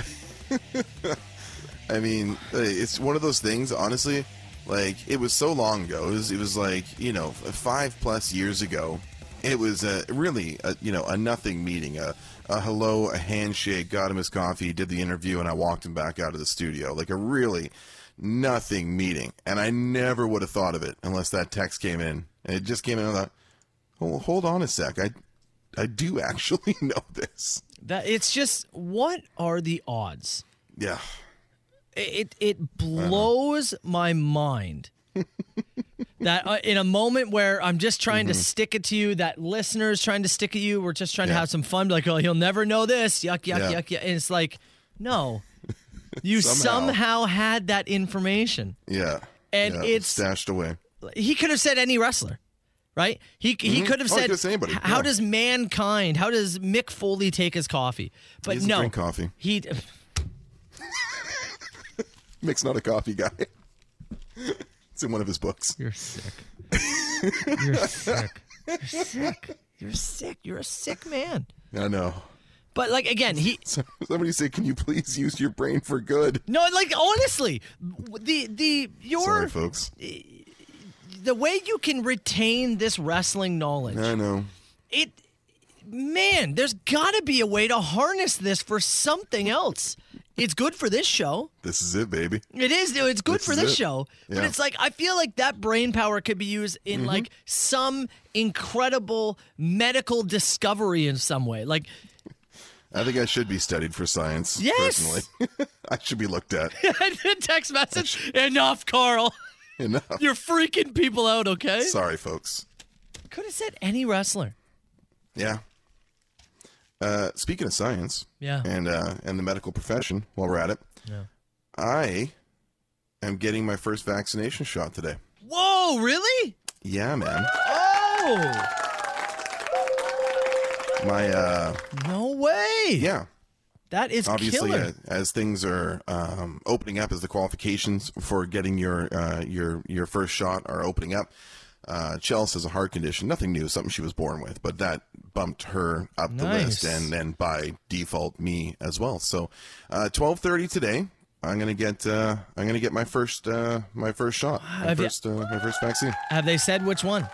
Speaker 6: I mean, uh, it's one of those things. Honestly, like it was so long ago. It was, it was like you know f- five plus years ago. It was a really a, you know a nothing meeting. A a hello, a handshake. Got him his coffee. Did the interview, and I walked him back out of the studio. Like a really nothing meeting. And I never would have thought of it unless that text came in. And it just came in. And I thought, oh, hold on a sec. I I do actually know this.
Speaker 5: That it's just what are the odds?
Speaker 6: Yeah.
Speaker 5: it it blows my mind that uh, in a moment where I'm just trying to stick it to you, that listeners trying to stick at you, we're just trying to
Speaker 6: Mm-hmm. Yeah.
Speaker 5: have some fun. be Like, oh, he'll never know this. Yuck, yuck,
Speaker 6: Yeah.
Speaker 5: yuck, yuck. And it's like, no, you
Speaker 6: Somehow.
Speaker 5: somehow had that information.
Speaker 6: Yeah.
Speaker 5: And
Speaker 6: Yeah,
Speaker 5: it's-
Speaker 6: stashed away.
Speaker 5: He could have said any wrestler, right? He he
Speaker 6: Mhm.
Speaker 5: could have
Speaker 6: Oh, he
Speaker 5: said
Speaker 6: could have said anybody,
Speaker 5: "H- How
Speaker 6: yeah.
Speaker 5: does mankind? How does Mick Foley take his coffee? But
Speaker 6: doesn't
Speaker 5: no,
Speaker 6: drink coffee.
Speaker 5: He
Speaker 6: Mick's not a coffee guy. it's in one of his books.
Speaker 5: You're sick. You're sick. You're sick. You're sick. You're a sick man.
Speaker 6: I know.
Speaker 5: But like again, he
Speaker 6: So- Somebody said, "Can you please use your brain for good?"
Speaker 5: no, like honestly, the the your
Speaker 6: Sorry, folks.
Speaker 5: the way you can retain this wrestling knowledge.
Speaker 6: I know.
Speaker 5: It man, there's got to be a way to harness this for something else. It's good for this show.
Speaker 6: This is it, baby.
Speaker 5: It is. though. It's good
Speaker 6: This
Speaker 5: for
Speaker 6: is
Speaker 5: this
Speaker 6: it.
Speaker 5: show, but
Speaker 6: Yeah. Mm-hmm.
Speaker 5: it's like I feel like that brain power could be used in like some incredible medical discovery in some way. Like,
Speaker 6: I think I should be studied for science.
Speaker 5: Yes!
Speaker 6: Personally, I should be looked at
Speaker 5: the text message. Enough, Carl.
Speaker 6: enough.
Speaker 5: You're freaking people out. Okay.
Speaker 6: Sorry, folks.
Speaker 5: Could have said any wrestler.
Speaker 6: Yeah. Uh, speaking of science,
Speaker 5: Yeah.
Speaker 6: and uh, and the medical profession, while we're at it,
Speaker 5: Yeah.
Speaker 6: I am getting my first vaccination shot today.
Speaker 5: Whoa, really?
Speaker 6: Yeah, man.
Speaker 5: Oh,
Speaker 6: My uh,
Speaker 5: no way.
Speaker 6: yeah.
Speaker 5: That is
Speaker 6: obviously
Speaker 5: killer.
Speaker 6: uh, as things are um, opening up as the qualifications for getting your uh, your your first shot are opening up uh, Chelsea has a heart condition nothing new something she was born with but that bumped her up the list
Speaker 5: Nice.
Speaker 6: and then by default me as well so uh, 12:30 today I'm gonna get uh, I'm gonna get my first uh, my first shot my
Speaker 5: Have you-
Speaker 6: first uh, my first vaccine
Speaker 5: Have they said which one?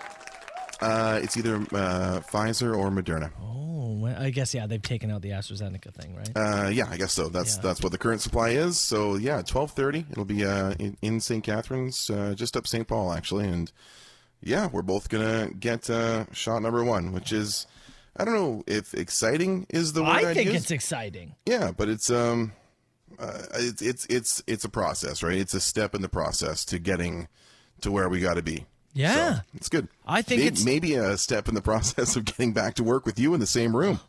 Speaker 6: Uh, it's either uh, Pfizer or Moderna.
Speaker 5: Oh, well, I guess yeah, they've taken out the AstraZeneca thing, right?
Speaker 6: Uh, yeah, I guess so. That's that's what the current supply is. So yeah, twelve thirty. It'll be uh, in, in St. Catharines, uh, just up St. Paul actually, and yeah, we're both gonna get uh, shot number one, which is I don't know if exciting is the word.
Speaker 5: I
Speaker 6: I'd
Speaker 5: think
Speaker 6: use.
Speaker 5: it's exciting.
Speaker 6: Yeah, but it's um, uh, it's it's it's it's a process, right? It's a step in the process to getting to where we got to be.
Speaker 5: Yeah.
Speaker 6: It's good.
Speaker 5: I think
Speaker 6: maybe,
Speaker 5: it's-
Speaker 6: maybe a step in the process of getting back to work with you in the same room,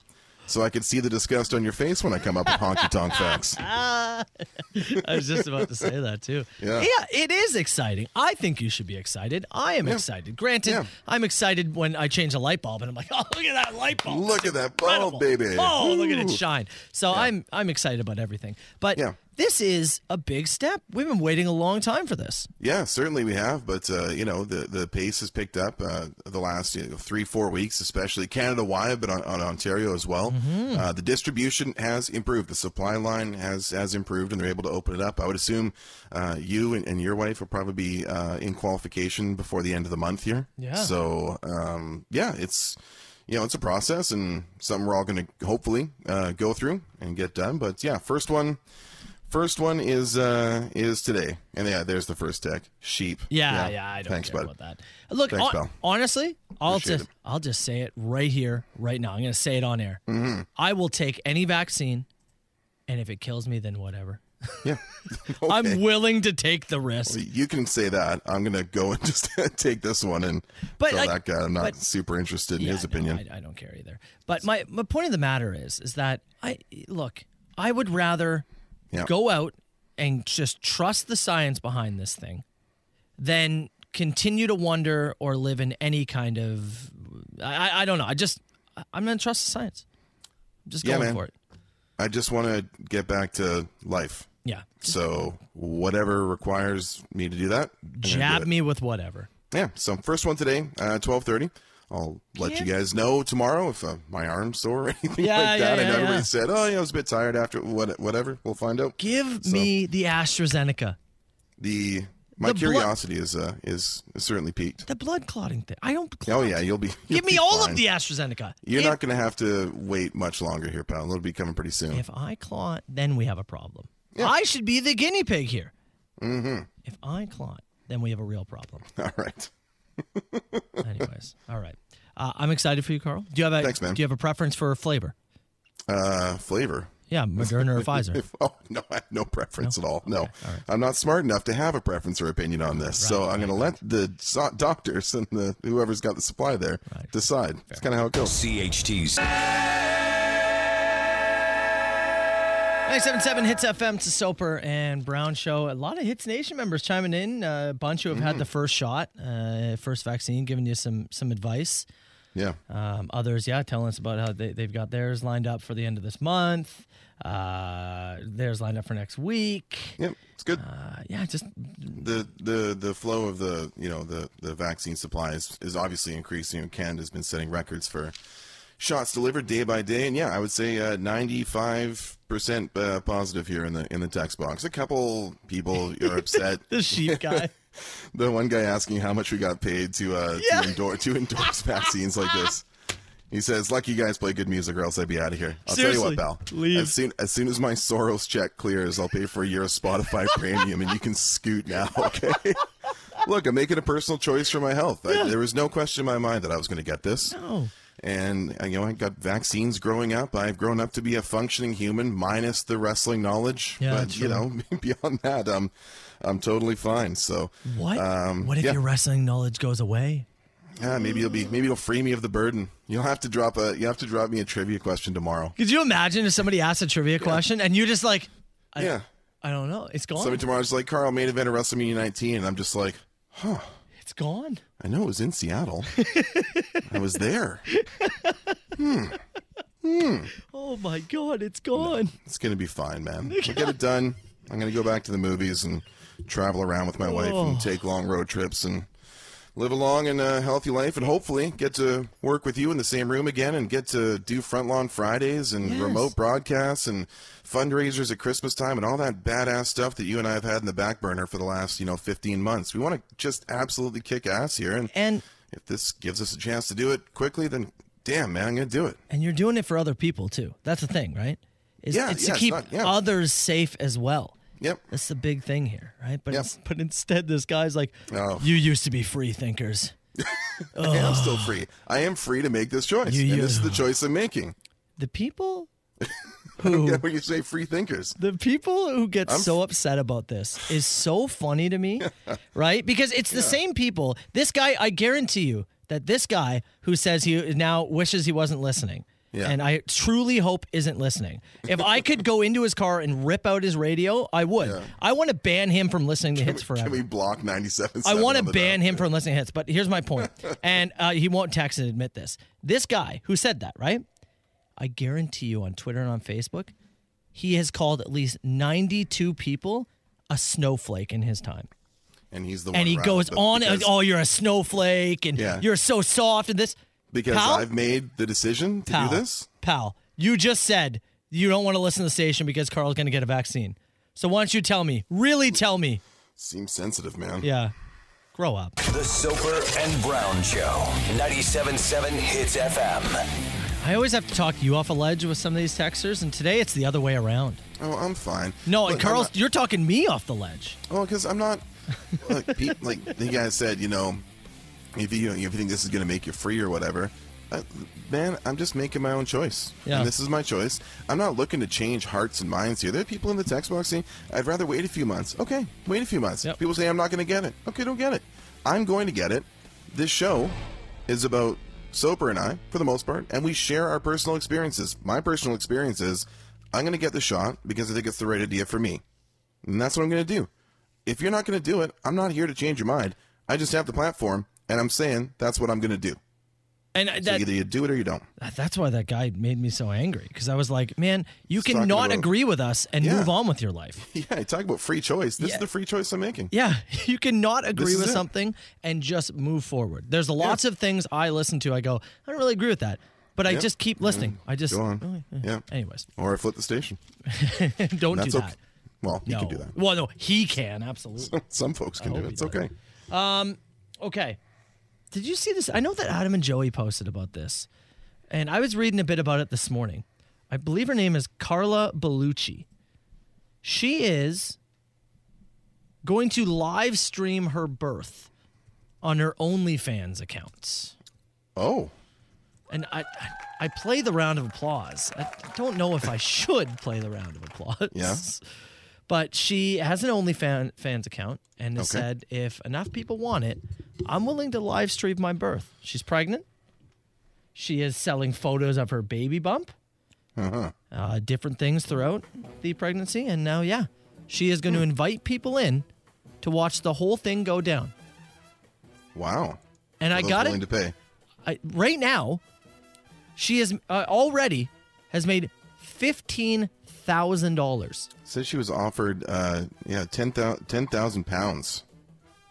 Speaker 6: so I could see the disgust on your face when I come up with honky tonk facts.
Speaker 5: Ah. I was just about to say that too.
Speaker 6: Yeah.
Speaker 5: it is exciting. I think you should be excited. I am
Speaker 6: Yeah.
Speaker 5: excited. Granted,
Speaker 6: Yeah.
Speaker 5: I'm excited when I change a light bulb and I'm like, oh, look at that light bulb.
Speaker 6: Look at that bulb, baby.
Speaker 5: Oh, look at it
Speaker 6: Woo.
Speaker 5: shine. So I'm I'm excited about everything. But this is a big step. We've been waiting a long time for this.
Speaker 6: Yeah, certainly we have, but uh, you know the the pace has picked up uh, the last you know, three four weeks, especially Canada wide, but on, on Ontario as well.
Speaker 14: Mhm.
Speaker 6: Uh, the distribution has improved, the supply line has has improved, and they're able to open it up. I would assume uh, you and, and your wife will probably be uh, in qualification before the end of the month here.
Speaker 14: Yeah.
Speaker 6: So um, yeah, it's you know it's a process and something we're all going to hopefully uh, go through and get done. But yeah, first one. First one is uh is today, and yeah, there's the first tech sheep.
Speaker 5: Yeah, yeah, I don't
Speaker 6: Thanks,
Speaker 5: care
Speaker 6: bud.
Speaker 5: about that. Look,
Speaker 6: Thanks,
Speaker 5: hon-
Speaker 6: pal.
Speaker 5: honestly, I'll
Speaker 6: Appreciate
Speaker 5: just I'll just say it right here, right now. I'm going to say it on air.
Speaker 6: hmm
Speaker 5: I will take any vaccine, and if it kills me, then whatever. I'm willing to take the risk.
Speaker 6: you can say that. I'm gonna go and just take this one and
Speaker 5: But,
Speaker 6: tell
Speaker 5: like,
Speaker 6: that guy I'm not
Speaker 5: but-
Speaker 6: super interested in
Speaker 5: Yeah,
Speaker 6: his
Speaker 5: no,
Speaker 6: opinion.
Speaker 5: I, I don't care either. But my, my point of the matter is, is that I look, I would rather
Speaker 6: Yeah.
Speaker 5: go out and just trust the science behind this thing than continue to wonder or live in any kind of, I, I- I don't know. I just, I- I'm going to trust the science. I'm just
Speaker 6: yeah,
Speaker 5: going
Speaker 6: man.
Speaker 5: for it.
Speaker 6: I just want to get back to life.
Speaker 5: Yeah.
Speaker 6: So whatever requires me to do that, I'm gonna do
Speaker 5: Jab
Speaker 6: it.
Speaker 5: me with whatever.
Speaker 6: Yeah. So first one today, uh, twelve thirty. I'll let you
Speaker 5: Yeah.
Speaker 6: guys know tomorrow if uh, my arm's sore or anything
Speaker 5: Yeah,
Speaker 6: like that.
Speaker 5: yeah,
Speaker 6: I know
Speaker 5: yeah,
Speaker 6: everybody
Speaker 5: yeah.
Speaker 6: said, "Oh, yeah, I was a bit tired after what, whatever." We'll find out.
Speaker 5: Give
Speaker 6: So-
Speaker 5: me the AstraZeneca,
Speaker 6: The my
Speaker 5: The blood-
Speaker 6: curiosity is uh, is is certainly peaked.
Speaker 5: the blood clotting thing. I don't,
Speaker 6: Oh yeah, you'll be. you'll
Speaker 5: give me
Speaker 6: be
Speaker 5: all
Speaker 6: fine.
Speaker 5: of the AstraZeneca.
Speaker 6: You're
Speaker 5: if
Speaker 6: not going to have to wait much longer here, pal. It'll be coming pretty soon.
Speaker 5: If I clot, then we have a problem. I should be the guinea pig here.
Speaker 6: Mm-hmm.
Speaker 5: If I clot, then we have a real problem.
Speaker 6: All right.
Speaker 5: Anyways, all right. Uh, I'm excited for you, Carl. Do you have a
Speaker 6: Thanks, man.
Speaker 5: Do you have a preference for flavor?
Speaker 6: Uh, flavor.
Speaker 5: Yeah, Moderna or Pfizer.
Speaker 6: oh no, I have no preference at all. No, I'm not smart enough to have a preference or opinion on this. so I'm going to let the so- doctors and the whoever's got the supply there decide. That's kind of how it goes.
Speaker 4: CHT's.
Speaker 5: 977 Hits FM to Soper and Brown Show. A lot of Hits Nation members chiming in. Uh, a bunch who have
Speaker 6: Mm-hmm.
Speaker 5: had the first shot, uh, first vaccine, giving you some some advice.
Speaker 6: Yeah.
Speaker 5: Um, others, yeah, telling us about how they, they've got theirs lined up for the end of this month. Uh, theirs lined up for next week.
Speaker 6: Yep, it's good.
Speaker 5: Uh, yeah, just
Speaker 6: the the the flow of the you know the the vaccine supplies is obviously increasing. and Canada's been setting records for shots delivered day by day, and yeah, I would say ninety five percent uh, positive here in the in the text box. A couple people are upset.
Speaker 5: the sheep guy.
Speaker 6: the one guy asking how much we got paid to uh,
Speaker 5: Yeah.
Speaker 6: to, endorse, to endorse vaccines like this. He says, "Lucky you guys play good music, or else I'd be out of here." I'll tell
Speaker 5: Seriously,
Speaker 6: you what, pal.
Speaker 5: leave.
Speaker 6: As soon as soon as my Soros check clears, I'll pay for a year of Spotify Premium, and you can scoot now. Okay. Look, I'm making a personal choice for my health. I, there was no question in my mind that I was going to get this.
Speaker 5: No.
Speaker 6: And uh, you know, I got vaccines growing up. I've grown up to be a functioning human, minus the wrestling knowledge.
Speaker 5: Yeah,
Speaker 6: but you
Speaker 5: true.
Speaker 6: know, beyond that, I'm I'm totally fine. So
Speaker 5: What?
Speaker 6: Um,
Speaker 5: what if
Speaker 6: yeah.
Speaker 5: your wrestling knowledge goes away?
Speaker 6: Yeah, maybe you'll be maybe you'll free me of the burden. You'll have to drop a you have to drop me a trivia question tomorrow.
Speaker 5: Could you imagine if somebody asked a trivia question and you just like, I,
Speaker 6: Yeah.
Speaker 5: I don't know, it's gone.
Speaker 6: Somebody tomorrow's like Carl main event of WrestleMania 19, and I'm just like, huh?
Speaker 5: It's gone.
Speaker 6: I know it was in Seattle. I was there. Hmm. Hmm.
Speaker 5: Oh my god, it's gone.
Speaker 6: It's gonna be fine, man. We'll get it done. I'm gonna go back to the movies and travel around with my wife
Speaker 5: Oh.
Speaker 6: and take long road trips and live a long and uh, healthy life and hopefully get to work with you in the same room again and get to do front lawn Fridays and
Speaker 14: Yes.
Speaker 6: remote broadcasts and fundraisers at Christmas time and all that badass stuff that you and I have had in the back burner for the last you know 15 months. We want to just absolutely kick ass here and
Speaker 5: and
Speaker 6: If this gives us a chance to do it quickly, then damn, man, I'm going to do it.
Speaker 5: And you're doing it for other people too. That's the thing, right? Is,
Speaker 6: Yeah,
Speaker 5: it's
Speaker 6: yeah,
Speaker 5: to
Speaker 6: it's
Speaker 5: keep
Speaker 6: not- yeah.
Speaker 5: others safe as well.
Speaker 6: Yep.
Speaker 5: That's the big thing here, right? But it's, but instead, this guy's like,
Speaker 6: Oh.
Speaker 5: "You used to be free thinkers."
Speaker 6: I am still free. I am free to make this choice.
Speaker 5: You-
Speaker 6: and
Speaker 5: you-
Speaker 6: this is the choice I'm making.
Speaker 5: The people
Speaker 6: I don't get when you say free thinkers.
Speaker 5: The people who get
Speaker 6: I'm
Speaker 5: so upset about this is so funny to me, right? Because it's the same people. This guy, I guarantee you that this guy who says he now wishes he wasn't listening.
Speaker 2: Yeah.
Speaker 5: And I truly hope isn't listening. If I could go into his car and rip out his radio, I would. I want to ban him from listening to hits forever.
Speaker 6: Can we block 97?
Speaker 5: I want to ban him from listening to hits, but here's my point. and uh, he won't text and admit this. This guy who said that, right? I guarantee you on Twitter and on Facebook, he has called at least 92 people a snowflake in his time.
Speaker 6: And he's the one.
Speaker 5: And he
Speaker 6: riled
Speaker 5: goes
Speaker 6: up
Speaker 5: on,
Speaker 6: because-
Speaker 5: oh, you're a snowflake and
Speaker 6: Yeah.
Speaker 5: you're so soft and this.
Speaker 6: Because
Speaker 5: Pal?
Speaker 6: I've made the decision to
Speaker 5: pal,
Speaker 6: do this.
Speaker 5: Pal, you just said you don't want to listen to the station because Carl's going to get a vaccine. So why don't you tell me? Really tell me.
Speaker 6: Seems sensitive, man.
Speaker 5: Yeah. Grow up.
Speaker 4: The Soper and Brown Show. 97.7 Hits FM.
Speaker 5: I always have to talk you off a ledge with some of these texters, and today it's the other way around.
Speaker 6: Oh, I'm fine.
Speaker 5: No,
Speaker 6: Look,
Speaker 5: and
Speaker 6: I'm
Speaker 5: Carl,
Speaker 6: not-
Speaker 5: you're talking me off the ledge.
Speaker 6: Oh, because I'm not. Like, pe- like the guy said, you know, if you if you think this is going to make you free or whatever, I, man, I'm just making my own choice.
Speaker 5: Yeah.
Speaker 6: And this is my choice. I'm not looking to change hearts and minds here. There are people in the text box saying, I'd rather wait a few months. Okay, wait a few months. People say, I'm not going to get it. Okay, don't get it. I'm going to get it. This show is about Soper and I, for the most part, and we share our personal experiences. My personal experiences, I'm going to get the shot because I think it's the right idea for me. And that's what I'm going to do. If you're not going to do it, I'm not here to change your mind. I just have the platform, and I'm saying that's what I'm going to do.
Speaker 5: And uh,
Speaker 6: So
Speaker 5: that,
Speaker 6: either you do it or you don't.
Speaker 5: that's why that guy made me so angry because I was like, man, you
Speaker 6: He's talking
Speaker 5: cannot
Speaker 6: about-
Speaker 5: agree with us and
Speaker 6: Yeah.
Speaker 5: move on with your life.
Speaker 6: Yeah, you talk about free choice. This
Speaker 5: Yeah.
Speaker 6: is the free choice I'm making.
Speaker 5: Yeah, you cannot agree
Speaker 6: is
Speaker 5: with
Speaker 6: it.
Speaker 5: something and just move forward. There's lots of things I listen to. I go, I don't really agree with that, but I
Speaker 6: Yeah.
Speaker 5: just keep listening. I just
Speaker 6: Go on. Yeah.
Speaker 5: Anyways.
Speaker 6: Or I flip the station.
Speaker 5: Oh, don't
Speaker 6: That's
Speaker 5: do
Speaker 6: okay.
Speaker 5: that.
Speaker 6: Well, you can
Speaker 5: No.
Speaker 6: do that.
Speaker 5: Well, no, he can absolutely.
Speaker 6: Some folks
Speaker 5: I
Speaker 6: can do
Speaker 5: hope
Speaker 6: it.
Speaker 5: he
Speaker 6: It's
Speaker 5: does.
Speaker 6: okay.
Speaker 5: Um, okay. Did you see this? I know that Adam and Joey posted about this, and I was reading a bit about it this morning. I believe her name is Carla Bellucci. She is going to live stream her birth on her OnlyFans accounts.
Speaker 6: Oh.
Speaker 5: And I, I- I play the round of applause. I don't know if I should play the round of applause.
Speaker 6: Yeah.
Speaker 5: But she has an OnlyFans fans account and has
Speaker 6: Okay.
Speaker 5: said, if enough people want it, I'm willing to live stream my birth. She's pregnant. She is selling photos of her baby bump,
Speaker 6: Uh-huh.
Speaker 5: uh, different things throughout the pregnancy. And now, yeah, she is
Speaker 6: Hmm.
Speaker 5: going to invite people in to watch the whole thing go down.
Speaker 6: Wow.
Speaker 5: And
Speaker 6: Are
Speaker 5: I
Speaker 6: those
Speaker 5: got
Speaker 6: willing
Speaker 5: it.
Speaker 6: to pay.
Speaker 5: I, right now, she has uh, already has made fifteen thousand dollars.
Speaker 6: Says she was offered, uh, yeah, 10,000 pounds.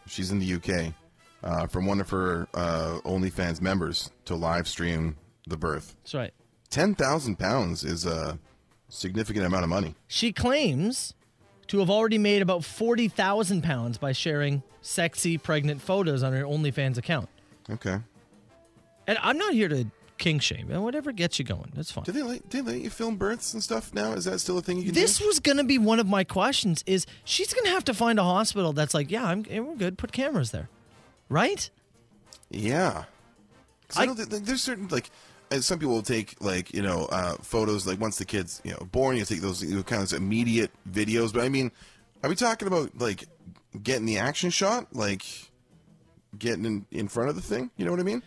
Speaker 6: She's in the UK uh, from one of her uh, OnlyFans members to live stream the birth.
Speaker 5: That's right.
Speaker 6: Ten thousand pounds is a significant amount of money.
Speaker 5: She claims to have already made about forty thousand pounds by sharing sexy pregnant photos on her OnlyFans account.
Speaker 6: Okay.
Speaker 5: And I'm not here to king shame. And whatever gets you going, that's fine.
Speaker 6: Do they let, do they let you film births and stuff now? Is that still a thing you can
Speaker 5: This
Speaker 6: do?
Speaker 5: was gonna be one of my questions. Is she's gonna have to find a hospital that's like, yeah, I'm, we're good. Put cameras there, right?
Speaker 6: Yeah. 'Cause I, don't think like, there's certain like and some people will take like you know uh, photos like once the kids you know born you take those you know, kind of immediate videos. But I mean, are we talking about like getting the action shot like? Getting in, in front of the thing, you know what I mean?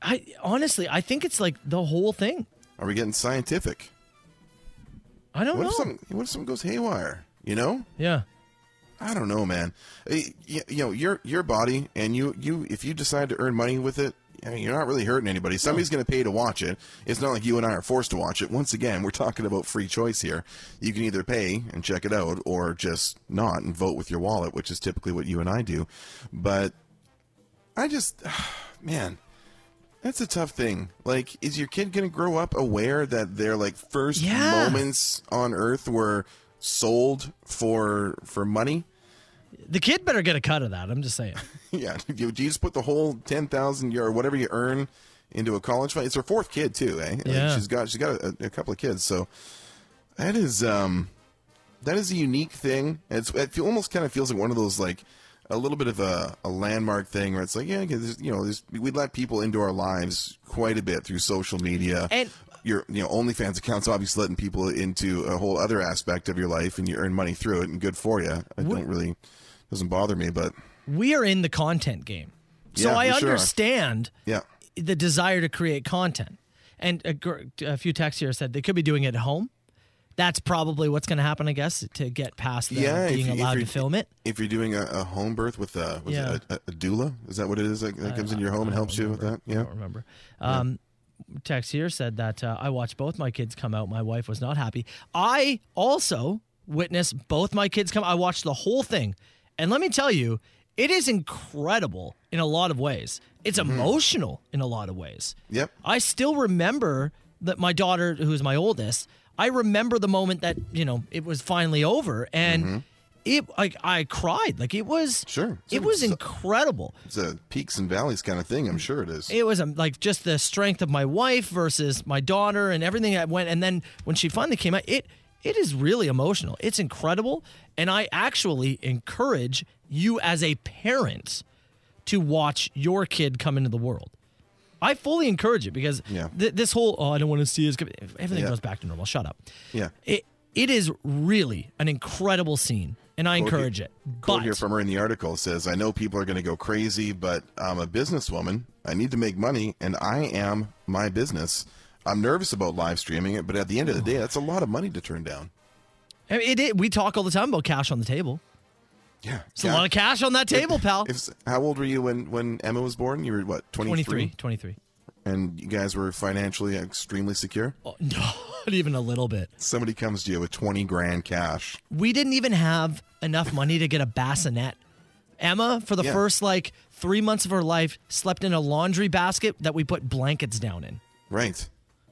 Speaker 5: I honestly, I think it's like the whole thing.
Speaker 6: Are we getting scientific?
Speaker 5: I don't
Speaker 6: what
Speaker 5: know.
Speaker 6: If something, what if something goes haywire? You know?
Speaker 5: Yeah.
Speaker 6: I don't know, man. Eh, y- You know, your your body, and you you if you decide to earn money with it, I mean, you're not really hurting anybody. Somebody's going to pay to watch it. It's not like you and I are forced to watch it. Once again, we're talking about free choice here. You can either pay and check it out, or just not and vote with your wallet, which is typically what you and I do. But I just, man. That's a tough thing. Like, is your kid going to grow up aware that their like first
Speaker 5: Yeah.
Speaker 6: moments on Earth were sold for for money?
Speaker 5: The kid better get a cut of that. I'm just saying.
Speaker 6: yeah, you, you just put the whole ten thousand or whatever you earn into a college fund. It's her fourth kid too, eh? Like,
Speaker 5: Yeah.
Speaker 6: she's got she's got a, a couple of kids, so that is um that is a unique thing. It's it feel, almost kind of feels like one of those like a little bit of a, a landmark thing where it's like yeah, 'cause there's- you know, there's, we let people into our lives quite a bit through social media.
Speaker 5: And-
Speaker 6: your you know OnlyFans accounts obviously letting people into a whole other aspect of your life, and you earn money through it, and good for you. I don't really doesn't bother me, but
Speaker 5: We are in the content game. So
Speaker 6: Yeah,
Speaker 5: I
Speaker 6: we sure are.
Speaker 5: understand
Speaker 6: yeah.
Speaker 5: the desire to create content. And a, gr- a few texts here said they could be doing it at home. That's probably what's going to happen, I guess, to get past the
Speaker 6: Yeah, if
Speaker 5: being
Speaker 6: you- if
Speaker 5: allowed to
Speaker 6: you're-
Speaker 5: film it.
Speaker 6: If you're doing a, a home birth with a, was
Speaker 5: Yeah.
Speaker 6: it a, a doula, is that what it is that, that comes into your home and helps you with that? Yeah, I don't
Speaker 5: remember. Um, Text here said that uh, I watched both my kids come out. My wife was not happy. I also witnessed both my kids come. I watched the whole thing, and let me tell you, it is incredible in a lot of ways. It's emotional in a lot of ways.
Speaker 6: Mm-hmm. Yep.
Speaker 5: I still remember that my daughter, who's my oldest, I remember the moment that you know it was finally over, and it like I cried. Like it was
Speaker 6: Mm-hmm. sure.
Speaker 5: It was incredible.
Speaker 6: It's a peaks and valleys kind of thing. I'm sure it is.
Speaker 5: It was um, like just the strength of my wife versus my daughter and everything that went. And then when she finally came out, it it is really emotional. It's incredible, and I actually encourage you as a parent to watch your kid come into the world. I fully encourage it because th- this whole oh I don't want to see his everything
Speaker 6: Yeah.
Speaker 5: goes back to normal. Shut up.
Speaker 6: Yeah.
Speaker 5: It it is really an incredible scene, and I
Speaker 6: Quote here-
Speaker 5: encourage it.
Speaker 6: Quote
Speaker 5: But
Speaker 6: here from her in the article says, "I know people are going to go crazy, but I'm a businesswoman. I need to make money, and I am my business. I'm nervous about live streaming it, but at the end of the day, that's a lot of money to turn down.
Speaker 5: I mean, it, it we talk all the time about cash on the table.
Speaker 6: Yeah,
Speaker 5: It's a lot of cash on that table, pal.
Speaker 6: If, how old were you when when Emma was born? You were what
Speaker 5: 23,
Speaker 6: 23?
Speaker 5: 23.
Speaker 6: and you guys were financially extremely secure.
Speaker 5: Oh, Not even a little bit.
Speaker 6: Somebody comes to you with 20 grand cash.
Speaker 5: We didn't even have enough money to get a bassinet. Emma, for the
Speaker 6: Yeah.
Speaker 5: first like three months of her life, slept in a laundry basket that we put blankets down in.
Speaker 6: Right.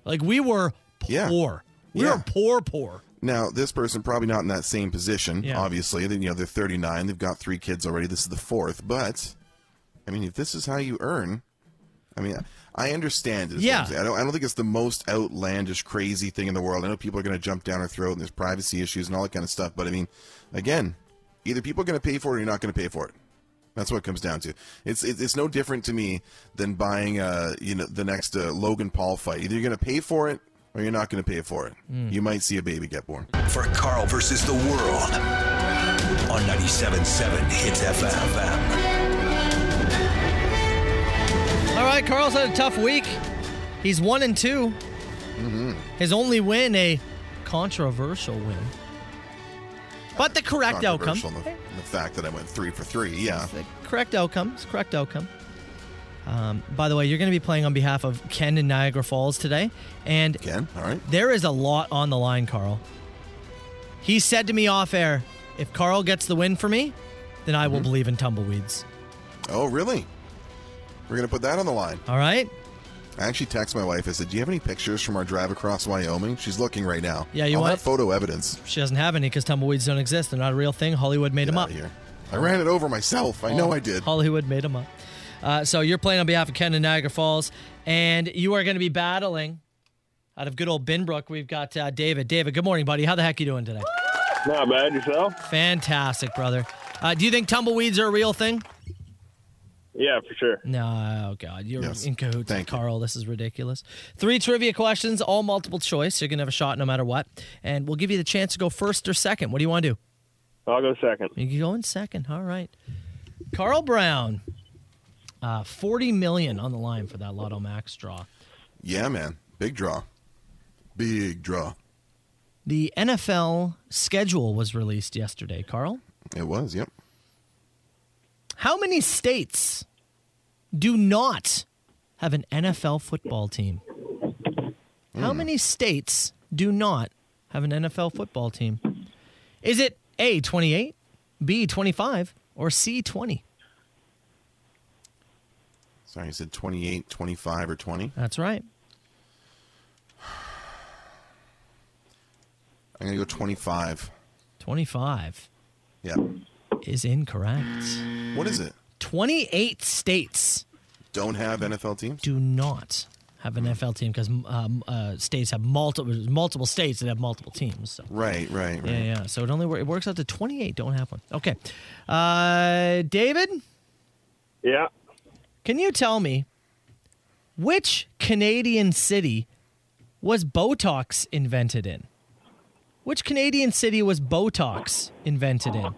Speaker 5: Like we were
Speaker 6: Yeah.
Speaker 5: poor. We
Speaker 6: Yeah.
Speaker 5: were poor, poor.
Speaker 6: Now, this person probably not in that same position,
Speaker 5: Yeah.
Speaker 6: obviously. They- You know, they're 39, they've got three kids already. This is the fourth, but I mean, if this is how you earn, I mean, I understand it. is what
Speaker 5: Yeah.
Speaker 6: I'm saying. I don't, I don't think it's the most outlandish, crazy thing in the world. I know people are going to jump down our throat and there's privacy issues and all that kind of stuff, but I mean, again, either people are going to pay for it or you're not going to pay for it. That's what it comes down to. It's it- it's no different to me than buying uh you know the next uh, Logan Paul fight. Either you're going to pay for it or you're not going to pay for it.
Speaker 5: Mm.
Speaker 6: You might see a baby get born.
Speaker 4: For Carl versus the world on 97.7 Hits FM.
Speaker 5: All right, Carl's had a tough week. He's one and 2
Speaker 6: Mm-hmm.
Speaker 5: His only win, a controversial win. But the correct outcome.
Speaker 6: Controversial in The, in the fact that I went three for three. Yeah.
Speaker 5: correct outcome. It's correct outcome. Um, by the way, you're going to be playing on behalf of Ken in Niagara Falls today, and
Speaker 6: Ken, all right.
Speaker 5: There is a lot on the line, Carl. He said to me off air, "If Carl gets the win for me, then I will
Speaker 6: Mm-hmm.
Speaker 5: believe in tumbleweeds."
Speaker 6: Oh really? We're gonna put that on the line.
Speaker 5: All right.
Speaker 6: I actually texted my wife. I said, "Do you have any pictures from our drive across Wyoming?" She's looking right now.
Speaker 5: Yeah, you
Speaker 6: I'll
Speaker 5: want-
Speaker 6: have photo evidence.
Speaker 5: She doesn't have any because tumbleweeds don't exist. They're not a real thing. Hollywood made them up.
Speaker 6: I ran it over myself. I know I did.
Speaker 5: Hollywood made them up. Uh, so you're playing on behalf of Ken in Niagara Falls, and you are going to be battling out of good old Binbrook. We've got uh, David. David, good morning, buddy. How the heck you doing today?
Speaker 10: Not bad yourself.
Speaker 5: Fantastic, brother. Uh, do you think tumbleweeds are a real thing?
Speaker 10: Yeah, for sure.
Speaker 5: No, oh God, you're
Speaker 10: Yes.
Speaker 5: in cahoots, with Carl. This is ridiculous. Three trivia questions, all multiple choice. You're gonna have a shot no matter what, and we'll give you the chance to go first or second. What do you want to do?
Speaker 10: I'll go second.
Speaker 5: You can go in second. All right. Carl Brown, uh, forty million on the line for that Lotto Max draw.
Speaker 6: Yeah, man. Big draw. Big draw.
Speaker 5: The NFL schedule was released yesterday. Carl,
Speaker 6: It was. Yep.
Speaker 5: how many states do not have an NFL football team? How many states do not have an NFL football team? Is it A, 28, B, 25, or C, 20?
Speaker 6: Sorry, you said 28, 25, or 20.
Speaker 5: That's right.
Speaker 6: I'm going to go 25.
Speaker 5: 25.
Speaker 6: Yeah.
Speaker 5: is incorrect.
Speaker 6: What is it?
Speaker 5: 28 states
Speaker 6: Don't have NFL teams?
Speaker 5: do not have an NFL team because um, uh, states have multiple multiple states that have multiple teams. So.
Speaker 6: Right, right, right.
Speaker 5: Yeah, yeah. So it only wor- it works out to 28. Don't have one. Okay. Uh, David?
Speaker 10: Yeah.
Speaker 5: Can you tell me which Canadian city was Botox invented in? Which Canadian city was Botox invented in?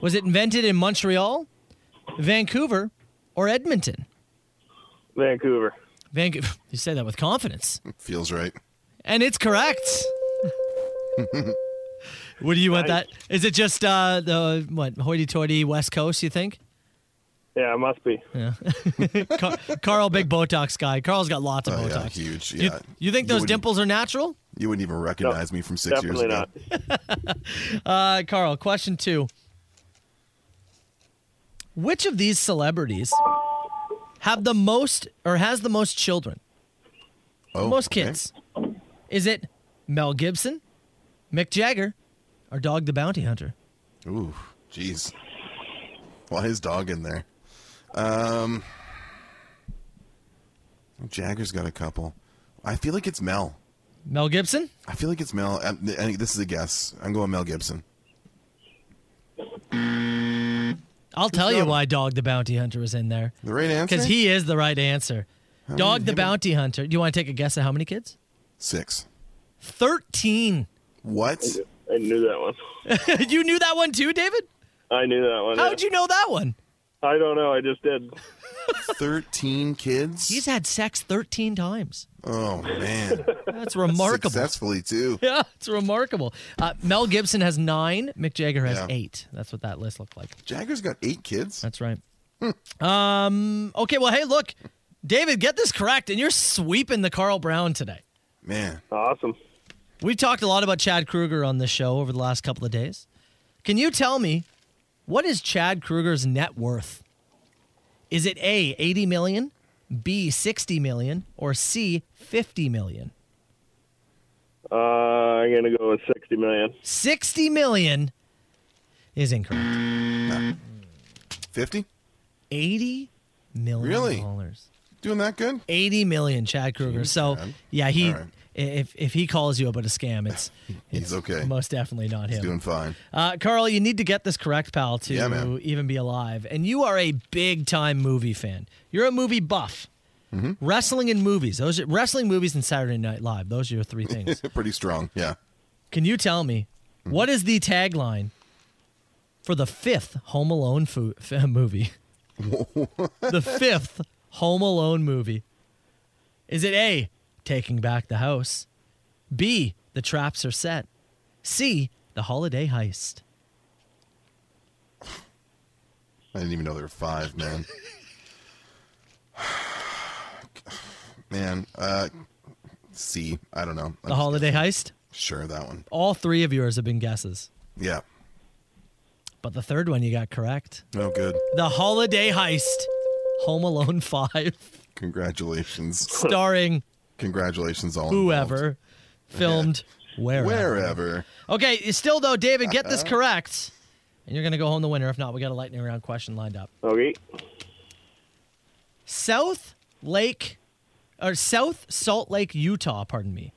Speaker 5: Was it invented in Montreal, Vancouver, or Edmonton?
Speaker 10: Vancouver.
Speaker 5: Vancouver. You say that with confidence.
Speaker 6: Feels right.
Speaker 5: And it's correct. what do you want that? Is it just uh, the what hoity-toity West Coast? You think?
Speaker 10: Yeah, it must be.
Speaker 5: Yeah. Car- Carl, big Botox guy. Carl's got lots of
Speaker 6: Oh,
Speaker 5: Botox.
Speaker 6: yeah, huge.
Speaker 5: You-
Speaker 6: Yeah.
Speaker 5: You, think those
Speaker 6: wouldn't-
Speaker 5: dimples are natural?
Speaker 6: You wouldn't even recognize me from six years
Speaker 10: definitely
Speaker 6: ago.
Speaker 10: not.
Speaker 5: Uh, Carl, question two. Which of these celebrities have the most or has the most children?
Speaker 6: Oh,
Speaker 5: most
Speaker 6: okay.
Speaker 5: kids. Is it Mel Gibson, Mick Jagger, or Dog the Bounty Hunter?
Speaker 6: Ooh, jeez. Why is dog in there? Um, Jagger's got a couple. I feel like it's Mel.
Speaker 5: Mel Gibson?
Speaker 6: I feel like it's Mel. I, I think this is a guess. I'm going Mel Gibson.
Speaker 5: I'll tell you why Dog the Bounty Hunter was in there.
Speaker 6: The right answer?
Speaker 5: Because he is the right answer.
Speaker 6: How
Speaker 5: Dog
Speaker 6: many-
Speaker 5: the
Speaker 6: how many-
Speaker 5: Bounty Hunter. Do you want to take a guess at how many kids?
Speaker 6: Six.
Speaker 5: 13.
Speaker 6: What?
Speaker 10: I knew that one.
Speaker 5: you knew that one too, David?
Speaker 10: I knew that one.
Speaker 5: How'd you know that one?
Speaker 10: I don't know. I just did.
Speaker 6: 13 kids?
Speaker 5: He's had sex 13 times.
Speaker 6: oh, man.
Speaker 5: That's remarkable.
Speaker 6: Successfully, too.
Speaker 5: Yeah, it's remarkable. Uh, Mel Gibson has nine. Mick Jagger has
Speaker 6: Yeah.
Speaker 5: eight. That's what that list looked like.
Speaker 6: Jagger's got eight kids?
Speaker 5: That's right. um. Okay. Well, hey, look, David, get this correct, and you're sweeping the Carl Brown today.
Speaker 6: Man.
Speaker 10: Awesome.
Speaker 5: We've talked a lot about Chad Kruger on this show over the last couple of days. Can you tell me what is Chad Kruger's net worth? Is it A, 80 million, B, 60 million, or C, 50 million?
Speaker 10: Uh, I'm gonna go with sixty million.
Speaker 5: 60 million is incorrect.
Speaker 6: 50?
Speaker 5: 80 million
Speaker 6: Really?
Speaker 5: dollars.
Speaker 6: Doing that good?
Speaker 5: 80 million Chad Kruger. so,
Speaker 6: Chad.
Speaker 5: yeah, he
Speaker 6: All right.
Speaker 5: if if he calls you about a scam, it's
Speaker 6: He's okay.
Speaker 5: most definitely not
Speaker 6: He's
Speaker 5: him.
Speaker 6: doing fine.
Speaker 5: Uh, Carl, you need to get this correct, pal, to
Speaker 6: Yeah, man.
Speaker 5: even be alive. And you are a big time movie fan. You're a movie buff.
Speaker 6: Mm-hmm.
Speaker 5: Wrestling and movies. Those are, wrestling movies and Saturday Night Live. Those are your three things.
Speaker 6: Pretty strong. Yeah.
Speaker 5: Can you tell me
Speaker 6: Mm-hmm.
Speaker 5: what is the tagline for the fifth Home Alone fo- f- movie? the fifth Home Alone movie. Is it A, taking back the house? B, the traps are set? C, the holiday heist?
Speaker 6: I didn't even know there were five, man. man, uh, C. I don't know. I'm
Speaker 5: The holiday heist?
Speaker 6: sure that one.
Speaker 5: All three of yours have been guesses,
Speaker 6: Yeah.
Speaker 5: but the third one you got correct.
Speaker 6: No good.
Speaker 5: The Holiday Heist, Home Alone 5,
Speaker 6: Congratulations.
Speaker 5: starring
Speaker 6: Congratulations, all. involved.
Speaker 5: whoever, filmed where?
Speaker 6: Wherever.
Speaker 5: Okay, still though, David, get this correct, and you're going to go home the winner. If not, we got a lightning round question lined up.
Speaker 10: Okay.
Speaker 5: South Lake, or South Salt Lake, Utah, pardon me,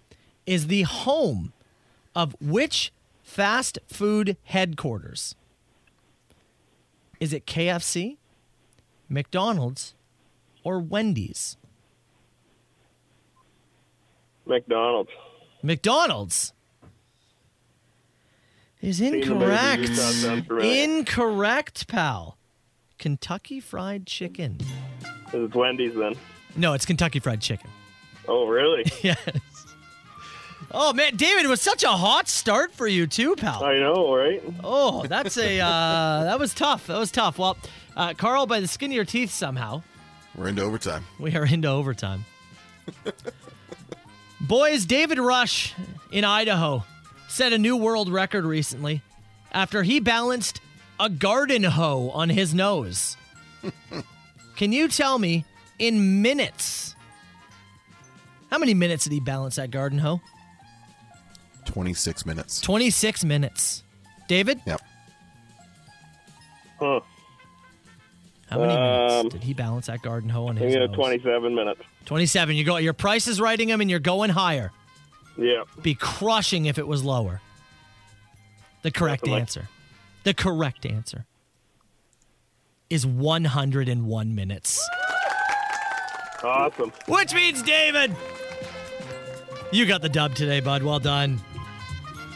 Speaker 5: is the home of which fast food headquarters? Is it KFC, McDonald's, or Wendy's?
Speaker 10: McDonald's.
Speaker 5: McDonald's is
Speaker 10: them over the
Speaker 5: incorrect.
Speaker 10: Utah sounds correct.
Speaker 5: Incorrect, pal. Kentucky Fried Chicken.
Speaker 10: It's Wendy's then.
Speaker 5: No, it's Kentucky Fried Chicken.
Speaker 10: Oh, really?
Speaker 5: Yes. Oh man, David, it was such a hot start for you too, pal.
Speaker 10: I know, right?
Speaker 5: Oh, that's a uh, that was tough. That was tough. Well, uh, Carl, by the skin of your teeth, somehow
Speaker 6: We're into overtime.
Speaker 5: we are into overtime. Boys, David Rush in Idaho set a new world record recently after he balanced a garden hoe on his nose. Can you tell me in minutes how many minutes did he balance that garden hoe?
Speaker 6: 26 minutes.
Speaker 5: 26 minutes. David,
Speaker 6: Yep.
Speaker 14: Huh.
Speaker 5: How many minutes
Speaker 14: Um,
Speaker 5: did he balance that garden hoe on
Speaker 14: I'm
Speaker 5: his?
Speaker 14: gonna
Speaker 5: hose?
Speaker 14: 27 minutes.
Speaker 5: 27. You go. Your price is writing him, and you're going higher.
Speaker 14: Yeah.
Speaker 5: Be crushing if it was lower. The correct
Speaker 14: Something like-
Speaker 5: answer. The correct answer is 101 minutes.
Speaker 14: Awesome.
Speaker 5: Which means, David, you got the dub today, bud. Well done.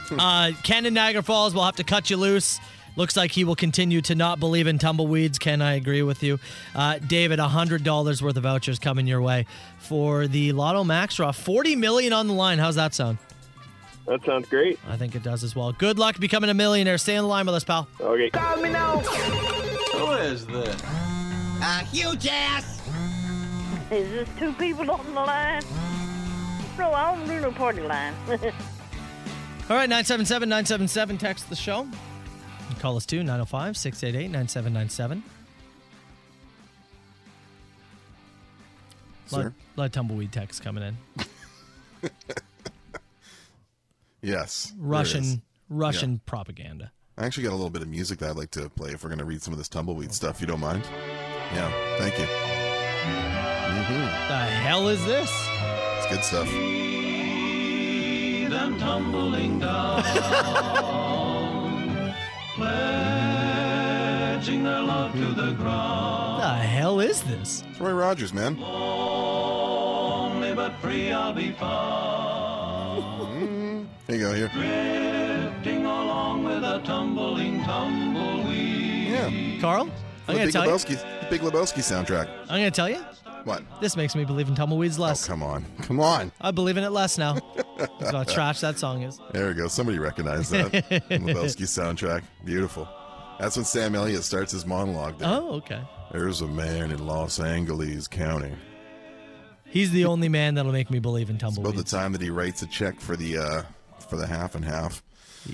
Speaker 14: Hmm.
Speaker 5: uh, Ken in Niagara Falls will have to cut you loose. Looks like he will continue to not believe in tumbleweeds. Ken, I agree with you. Uh, David, $100 worth of vouchers coming your way for the Lotto Max draw. 40 million on the line. How's that sound?
Speaker 14: That sounds great.
Speaker 5: I think it does as well. Good luck becoming a millionaire. Stay on the line with us, pal.
Speaker 14: Okay.
Speaker 2: Call me now.
Speaker 1: Who is this?
Speaker 2: A huge ass.
Speaker 9: Is this two people on the line? No, I don't do no party line.
Speaker 5: All right, 977 977. Text the show. And Call us too, 905 688 9797.
Speaker 6: Sir?
Speaker 5: A lot of tumbleweed texts coming in.
Speaker 6: Yes. there is.
Speaker 5: Russian Russian
Speaker 6: Yeah.
Speaker 5: propaganda.
Speaker 6: I actually got a little bit of music that I'd like to play if we're going to read some of this tumbleweed stuff, if you don't mind. Yeah, thank you. hmm
Speaker 5: The hell is this?
Speaker 6: It's good stuff.
Speaker 2: Them tumbling down, pledging their love to the ground.
Speaker 5: The hell is this?
Speaker 6: It's Roy Rogers, man. Mm-hmm.
Speaker 2: Only but free I'll be found.
Speaker 6: Here you go, here.
Speaker 2: Drifting along with a tumbling tumbleweed.
Speaker 6: Yeah.
Speaker 5: Carl,
Speaker 6: The
Speaker 5: I'm going to
Speaker 6: Big
Speaker 5: tell you.
Speaker 6: Lebowski, Big Lebowski soundtrack.
Speaker 5: I'm going to tell you.
Speaker 6: What? Oh,
Speaker 5: This makes me believe in tumbleweeds less.
Speaker 6: Come on. Come on.
Speaker 5: I believe in it less now. That's how trash that song is.
Speaker 6: There we go. Somebody recognized that. Lebowski soundtrack. Beautiful. That's when Sam Elliott starts his monologue. There.
Speaker 5: Oh, okay.
Speaker 6: There's a man in Los Angeles County.
Speaker 5: He's the only man that'll make me believe in
Speaker 6: About the
Speaker 5: tumbleweeds.
Speaker 6: time that he writes a check for the uh, for the half and half.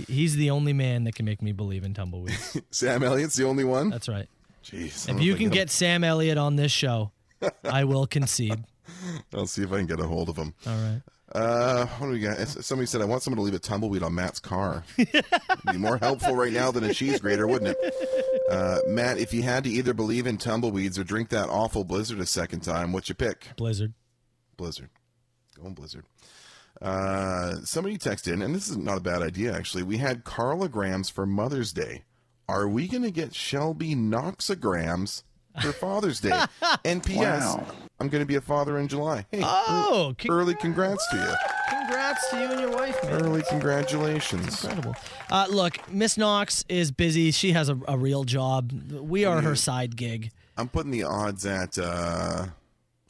Speaker 5: He's the only man that can make me believe in tumbleweeds.
Speaker 6: Sam Elliott's the only one.
Speaker 5: That's right.
Speaker 6: Jeez. I don't
Speaker 5: if
Speaker 6: know
Speaker 5: you
Speaker 6: I
Speaker 5: can get Sam Elliott on this show, I will concede.
Speaker 6: I'll see if I can get a hold of him.
Speaker 5: All right.
Speaker 6: Uh, what do we got? S- Somebody said I want someone to leave a tumbleweed on Matt's car. It'd be more helpful right now than a cheese grater, wouldn't it? Uh, Matt, if you had to either believe in tumbleweeds or drink that awful blizzard a second time, what you pick?
Speaker 5: Blizzard.
Speaker 6: Blizzard. Going blizzard. Uh, somebody texted in, and this is not a bad idea actually. We had Carlograms for Mother's Day. Are we gonna get Shelby Knoxograms for Father's Day? And P.S.
Speaker 5: Wow.
Speaker 6: I'm gonna be a father in July. Hey,
Speaker 5: Oh,
Speaker 6: ear- early congrats to you.
Speaker 5: Congrats to you and your wife, man.
Speaker 6: Early congratulations.
Speaker 5: Incredible. Uh, look, Miss Knox is busy. She has a, a real job. We are
Speaker 6: Mm.
Speaker 5: her side gig.
Speaker 6: I'm putting the odds at uh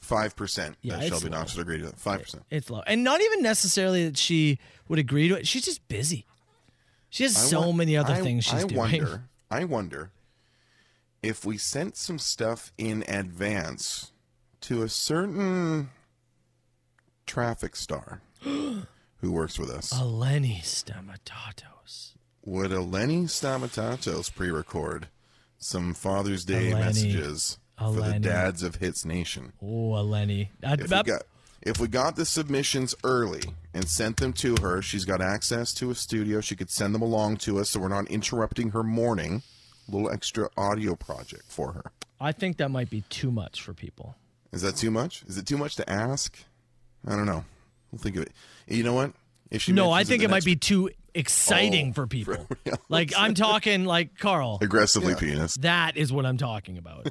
Speaker 6: five percent
Speaker 5: Yeah,
Speaker 6: that
Speaker 5: it's
Speaker 6: Shelby
Speaker 5: low.
Speaker 6: Knox would agree to that. Five percent.
Speaker 5: It's low. And not even necessarily that she would agree to it. She's just busy. She has
Speaker 6: I
Speaker 5: so
Speaker 6: won-
Speaker 5: many other
Speaker 6: I-
Speaker 5: things she's
Speaker 6: I
Speaker 5: doing.
Speaker 6: wonder. I wonder if we sent some stuff in advance to a certain traffic star who works with us.
Speaker 5: Oh. Eleni Stamatatos.
Speaker 6: Would Eleni Stamatatos pre-record some Father's Day
Speaker 5: Eleni.
Speaker 6: messages for the
Speaker 5: Eleni.
Speaker 6: dads of Hits Nation?
Speaker 5: Oh, Eleni. I-
Speaker 6: if we,
Speaker 5: I-
Speaker 6: got, if we got the submissions early and sent them to her, she's got access to a studio. She could send them along to us so we're not interrupting her morning. Little extra audio project for her.
Speaker 5: I think that might be too much for people.
Speaker 6: Is that too much? Is it too much to ask? I don't know. We'll think of it. You know what? If she
Speaker 5: no,
Speaker 6: mentions
Speaker 5: I
Speaker 6: it
Speaker 5: think
Speaker 6: the
Speaker 5: it might
Speaker 6: next-
Speaker 5: be too exciting
Speaker 6: Oh,
Speaker 5: for people. Like I'm talking like Carl.
Speaker 6: aggressively penis.
Speaker 5: That is what I'm talking about.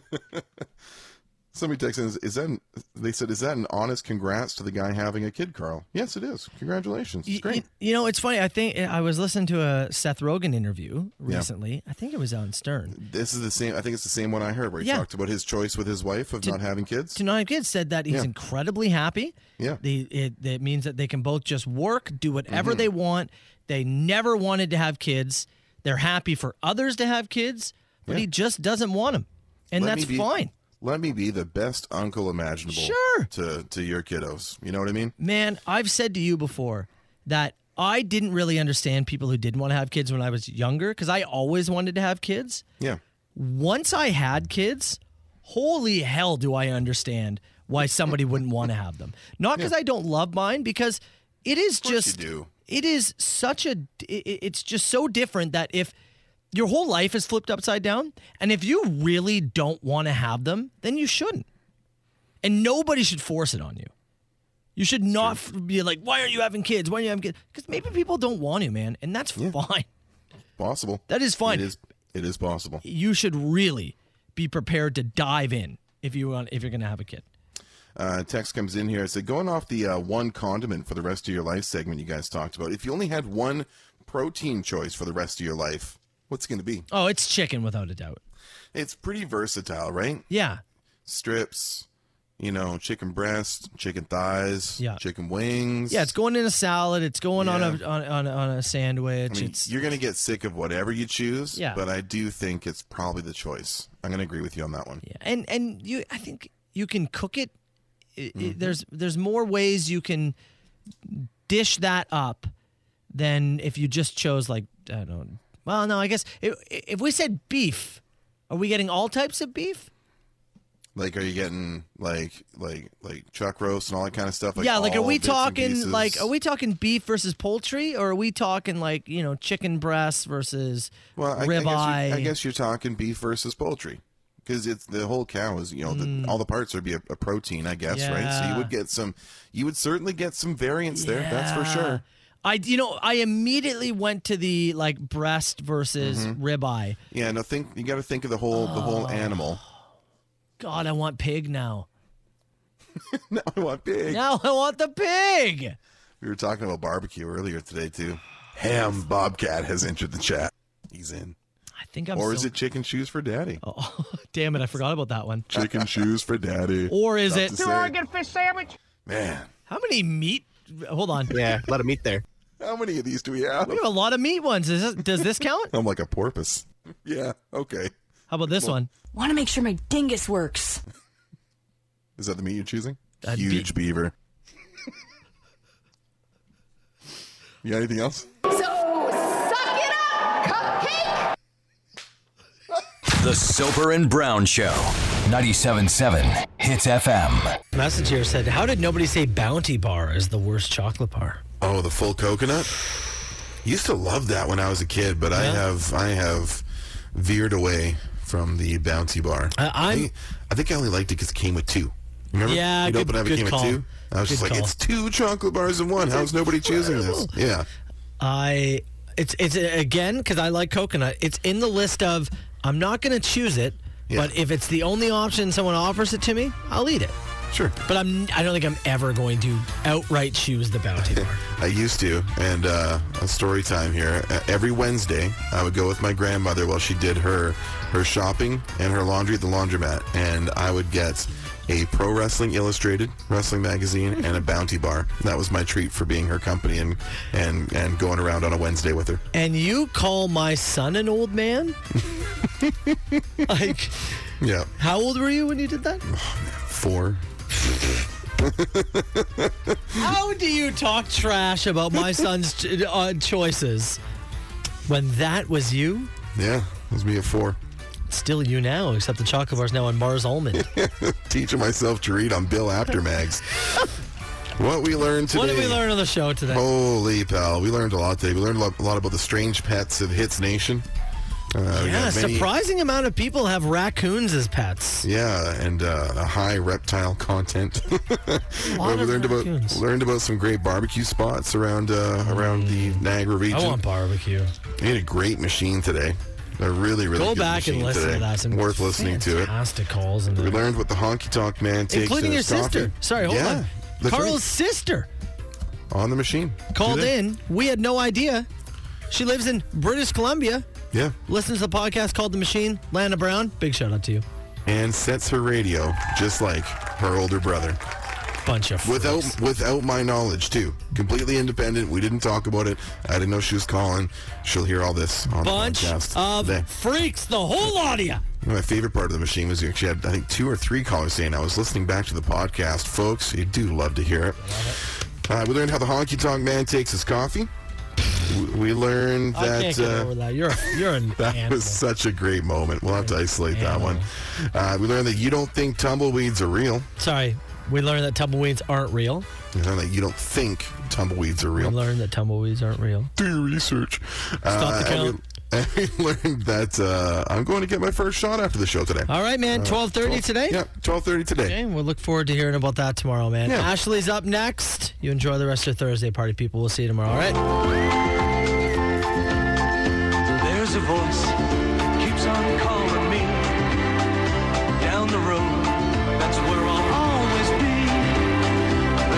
Speaker 6: Somebody texts in, is- is that an, they said, is that an honest congrats to the guy having a kid, Carl? Yes, it is. Congratulations. It's
Speaker 5: Y-
Speaker 6: great.
Speaker 5: y- You, know, it's funny. I think I was listening to a Seth Rogen interview recently. I think it was on Stern.
Speaker 6: This is the same. I think it's the same one I heard where he
Speaker 5: Yeah.
Speaker 6: talked about his choice with his wife of
Speaker 5: To-
Speaker 6: not having kids.
Speaker 5: To not have kids said that he's
Speaker 6: Yeah.
Speaker 5: incredibly happy.
Speaker 6: Yeah. Mm-hmm.
Speaker 5: They, it, that means that they can both just work, do whatever they want. They never wanted to have kids. They're happy for others to have kids, but
Speaker 6: Yeah.
Speaker 5: he just doesn't want them. And
Speaker 6: Let me
Speaker 5: that's
Speaker 6: be-
Speaker 5: fine.
Speaker 6: Let me be the best uncle imaginable.
Speaker 5: Sure.
Speaker 6: To to your kiddos, you know what I mean?
Speaker 5: Man, I've said to you before that I didn't really understand people who didn't want to have kids when I was younger because I always wanted to have kids.
Speaker 6: Yeah.
Speaker 5: Once I had kids, holy hell do I understand why somebody wouldn't want to have them. Not because I don't love mine, because it is
Speaker 6: course you
Speaker 5: just
Speaker 6: do.
Speaker 5: it is such a it- it's just so different that if your whole life is flipped upside down. And if you really don't want to have them, then you shouldn't. And nobody should force it on you. You should not f- be like, why aren't you having kids? Why aren't you having kids? Because maybe people don't want to, man. And that's fine.
Speaker 6: Possible.
Speaker 5: That is fine.
Speaker 6: It is. It is possible.
Speaker 5: You should really be prepared to dive in if you want if you're gonna have a kid.
Speaker 6: Uh, text comes in here. It said, going off the uh, one condiment for the rest of your life segment you guys talked about, if you only had one protein choice for the rest of your life, what's it going to be?
Speaker 5: Oh, it's chicken without a doubt.
Speaker 6: It's pretty versatile, right?
Speaker 5: Yeah.
Speaker 6: Strips, you know, chicken breast, chicken thighs, chicken wings.
Speaker 5: Yeah, it's going in a salad. It's going on a on, on, on a
Speaker 6: I
Speaker 5: sandwich.
Speaker 6: mean,
Speaker 5: it's
Speaker 6: you're going to get sick of whatever you choose,
Speaker 5: Yeah.
Speaker 6: but I do think it's probably the choice. I'm going to agree with you on that one. Yeah.
Speaker 5: and and you I think you can cook it. I- I-
Speaker 6: Mm-hmm.
Speaker 5: There's there's more ways you can dish that up than if you just chose like I don't know. Well, no, I guess if, if we said beef, are we getting all types of beef?
Speaker 6: Like, are you getting like like like chuck roast and all that kind of stuff?
Speaker 5: yeah, like are
Speaker 6: all
Speaker 5: we
Speaker 6: bits and
Speaker 5: talking
Speaker 6: pieces?
Speaker 5: like are we talking beef versus poultry or are we talking like, you know, chicken breast versus
Speaker 6: Well, I, I guess
Speaker 5: ribeye?
Speaker 6: you- I, guess you're talking beef versus poultry because it's the whole cow is you know the, all the parts would be a, a protein, I guess, right? So you
Speaker 5: Mm. Yeah.
Speaker 6: would get some, you would certainly get some variance there. That's for
Speaker 5: Yeah.
Speaker 6: sure.
Speaker 5: I you know, I immediately went to the like breast versus
Speaker 6: Mhm.
Speaker 5: ribeye.
Speaker 6: Yeah, no, think you got to think of the whole the whole animal.
Speaker 5: God, I want pig now.
Speaker 6: now I want pig.
Speaker 5: Now I want the pig.
Speaker 6: We were talking about barbecue earlier today too. Ham Bobcat has entered the chat. He's in.
Speaker 5: I think I'm
Speaker 6: or is
Speaker 5: so-
Speaker 6: it chicken shoes for daddy?
Speaker 5: Oh, damn it, I forgot about that one.
Speaker 6: Chicken shoes for daddy.
Speaker 5: Or is
Speaker 6: Tough
Speaker 5: it-
Speaker 6: to say.
Speaker 3: get a fish sandwich?
Speaker 6: Man,
Speaker 5: How many meat Hold on.
Speaker 15: Yeah, a lot of meat there.
Speaker 6: how many of these do we have?
Speaker 5: We have a lot of meat ones. Is this, does this count?
Speaker 6: I'm like a porpoise. Yeah. Okay.
Speaker 5: How about this
Speaker 6: Well-
Speaker 5: one?
Speaker 16: Want to make sure my dingus works.
Speaker 6: Is that the meat you're choosing? Huge beaver. you got anything else?
Speaker 4: The Soper and Brown Show. 97.7 Hits FM.
Speaker 5: Message here said, How did nobody say bounty bar is the worst chocolate bar?
Speaker 6: Oh, the full coconut. Used to love that when I was a kid, but I have I have veered away from the bounty bar. I, think- I think I only liked it because it came with two. Remember?
Speaker 5: Yeah,
Speaker 6: You'd
Speaker 5: good-
Speaker 6: open up, it
Speaker 5: good
Speaker 6: came
Speaker 5: call.
Speaker 6: with two. I was just
Speaker 5: Good
Speaker 6: like,
Speaker 5: call.
Speaker 6: it's two chocolate bars in one. How's nobody choosing this? Yeah.
Speaker 5: I it's it's again because I like coconut. It's in the list of I'm not going to choose it, but if it's the only option someone offers it to me, I'll eat it.
Speaker 6: Sure,
Speaker 5: but I'm I don't think I'm ever going to outright choose the bounty bar.
Speaker 6: I used to, and uh, a story time here. Uh, every Wednesday, I would go with my grandmother while she did her her shopping and her laundry at the laundromat, and I would get a Pro Wrestling Illustrated wrestling magazine and a Bounty bar. That was my treat for being her company and and and going around on a Wednesday with her.
Speaker 5: And you call my son an old man? like,
Speaker 6: Yeah,
Speaker 5: how old were you when you did that?
Speaker 6: four.
Speaker 5: How do you talk trash about my son's ch- uh, choices when that was you?
Speaker 6: Yeah, it was me at four.
Speaker 5: Still you now, except the chocolate bar's now on Mars almond.
Speaker 6: Teaching myself to read on Bill Aftermags. what we learned today.
Speaker 5: What did we learn on the show today?
Speaker 6: Holy pal, we learned a lot today. We learned a lot, a lot about the strange pets of Hits Nation. Uh, we
Speaker 5: yeah,
Speaker 6: got many-
Speaker 5: surprising amount of people have raccoons as pets.
Speaker 6: Yeah, and uh, a high reptile content. Well, we
Speaker 5: of
Speaker 6: learned about learned about some great barbecue spots around uh, around the Niagara region.
Speaker 5: Mm. I want barbecue.
Speaker 6: We had a great machine today. A really, really
Speaker 5: Go
Speaker 6: good
Speaker 5: back and
Speaker 6: machine
Speaker 5: listen
Speaker 6: today.
Speaker 5: to that. Some
Speaker 6: Worth listening to it.
Speaker 5: Fantastic calls in
Speaker 6: We
Speaker 5: there.
Speaker 6: learned what the honky tonk man takes.
Speaker 5: Including
Speaker 6: in
Speaker 5: your
Speaker 6: his coffee.
Speaker 5: sister. Sorry, hold
Speaker 6: Yeah,
Speaker 5: on.
Speaker 6: that's
Speaker 5: Carl's
Speaker 6: right.
Speaker 5: sister
Speaker 6: on the machine
Speaker 5: called
Speaker 6: Today.
Speaker 5: in. We had no idea. She lives in British Columbia.
Speaker 6: Yeah.
Speaker 5: Listens to the podcast called The Machine. Lana Brown, big shout out to you.
Speaker 6: and sets her radio just like her older brother.
Speaker 5: Bunch of
Speaker 6: without without my knowledge too. Completely independent. We didn't talk about it. I didn't know she was calling. She'll hear all this on
Speaker 5: Bunch
Speaker 6: the podcast.
Speaker 5: of
Speaker 6: today.
Speaker 5: freaks, the whole lot of you.
Speaker 6: My favorite part of the machine was she had I think two or three callers saying I was listening back to the podcast, folks. You do love to hear it. Uh, we learned how the honky tonk man takes his coffee. We- We learned
Speaker 5: I
Speaker 6: that
Speaker 5: can't get
Speaker 6: uh,
Speaker 5: over that. You're a, you're an
Speaker 6: that
Speaker 5: animal.
Speaker 6: was such a great moment. We'll have to isolate that one. Uh, we learned that you don't think tumbleweeds are real.
Speaker 5: Sorry, we learned that tumbleweeds aren't real.
Speaker 6: We learned that you don't think tumbleweeds are
Speaker 5: We
Speaker 6: real.
Speaker 5: learned that tumbleweeds aren't real.
Speaker 6: Do your research. Uh,
Speaker 5: Stop the
Speaker 6: and we- And
Speaker 5: count.
Speaker 6: we, And we learned that uh, I'm going to get my first shot after the show today.
Speaker 5: All right, man.
Speaker 6: Uh,
Speaker 5: 12:30
Speaker 6: 12
Speaker 5: today?
Speaker 6: Yeah, 12:30 today.
Speaker 5: Okay, we'll look forward to hearing about that tomorrow, man.
Speaker 6: Yeah.
Speaker 5: Ashley's up next. You enjoy the rest of your Thursday party, people. We'll see you tomorrow. All right.
Speaker 2: There's a voice keeps on calling me down the road. That's where I'll always be.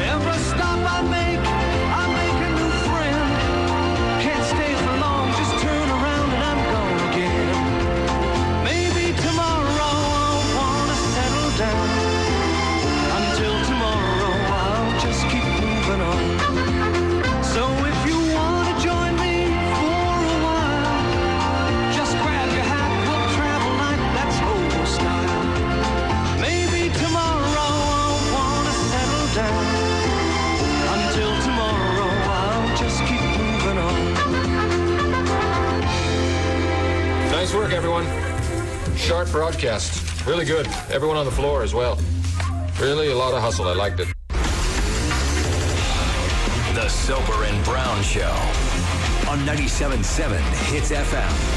Speaker 2: Every stop I make, I make a new friend. Can't stay for long, just turn around and I'm gone again. Maybe tomorrow I'll wanna settle down. Until tomorrow, I'll just keep moving on. So if you wanna join me for a while. Just grab your hat, we'll travel like that's old style. Maybe tomorrow I'll wanna settle down. Until tomorrow, I'll just keep moving on.
Speaker 15: Nice work, everyone. Sharp broadcast. Really good. Everyone on the floor as well. Really a lot of hustle. I liked it.
Speaker 4: The Soper and Brown Show on 97.7 Hits FM.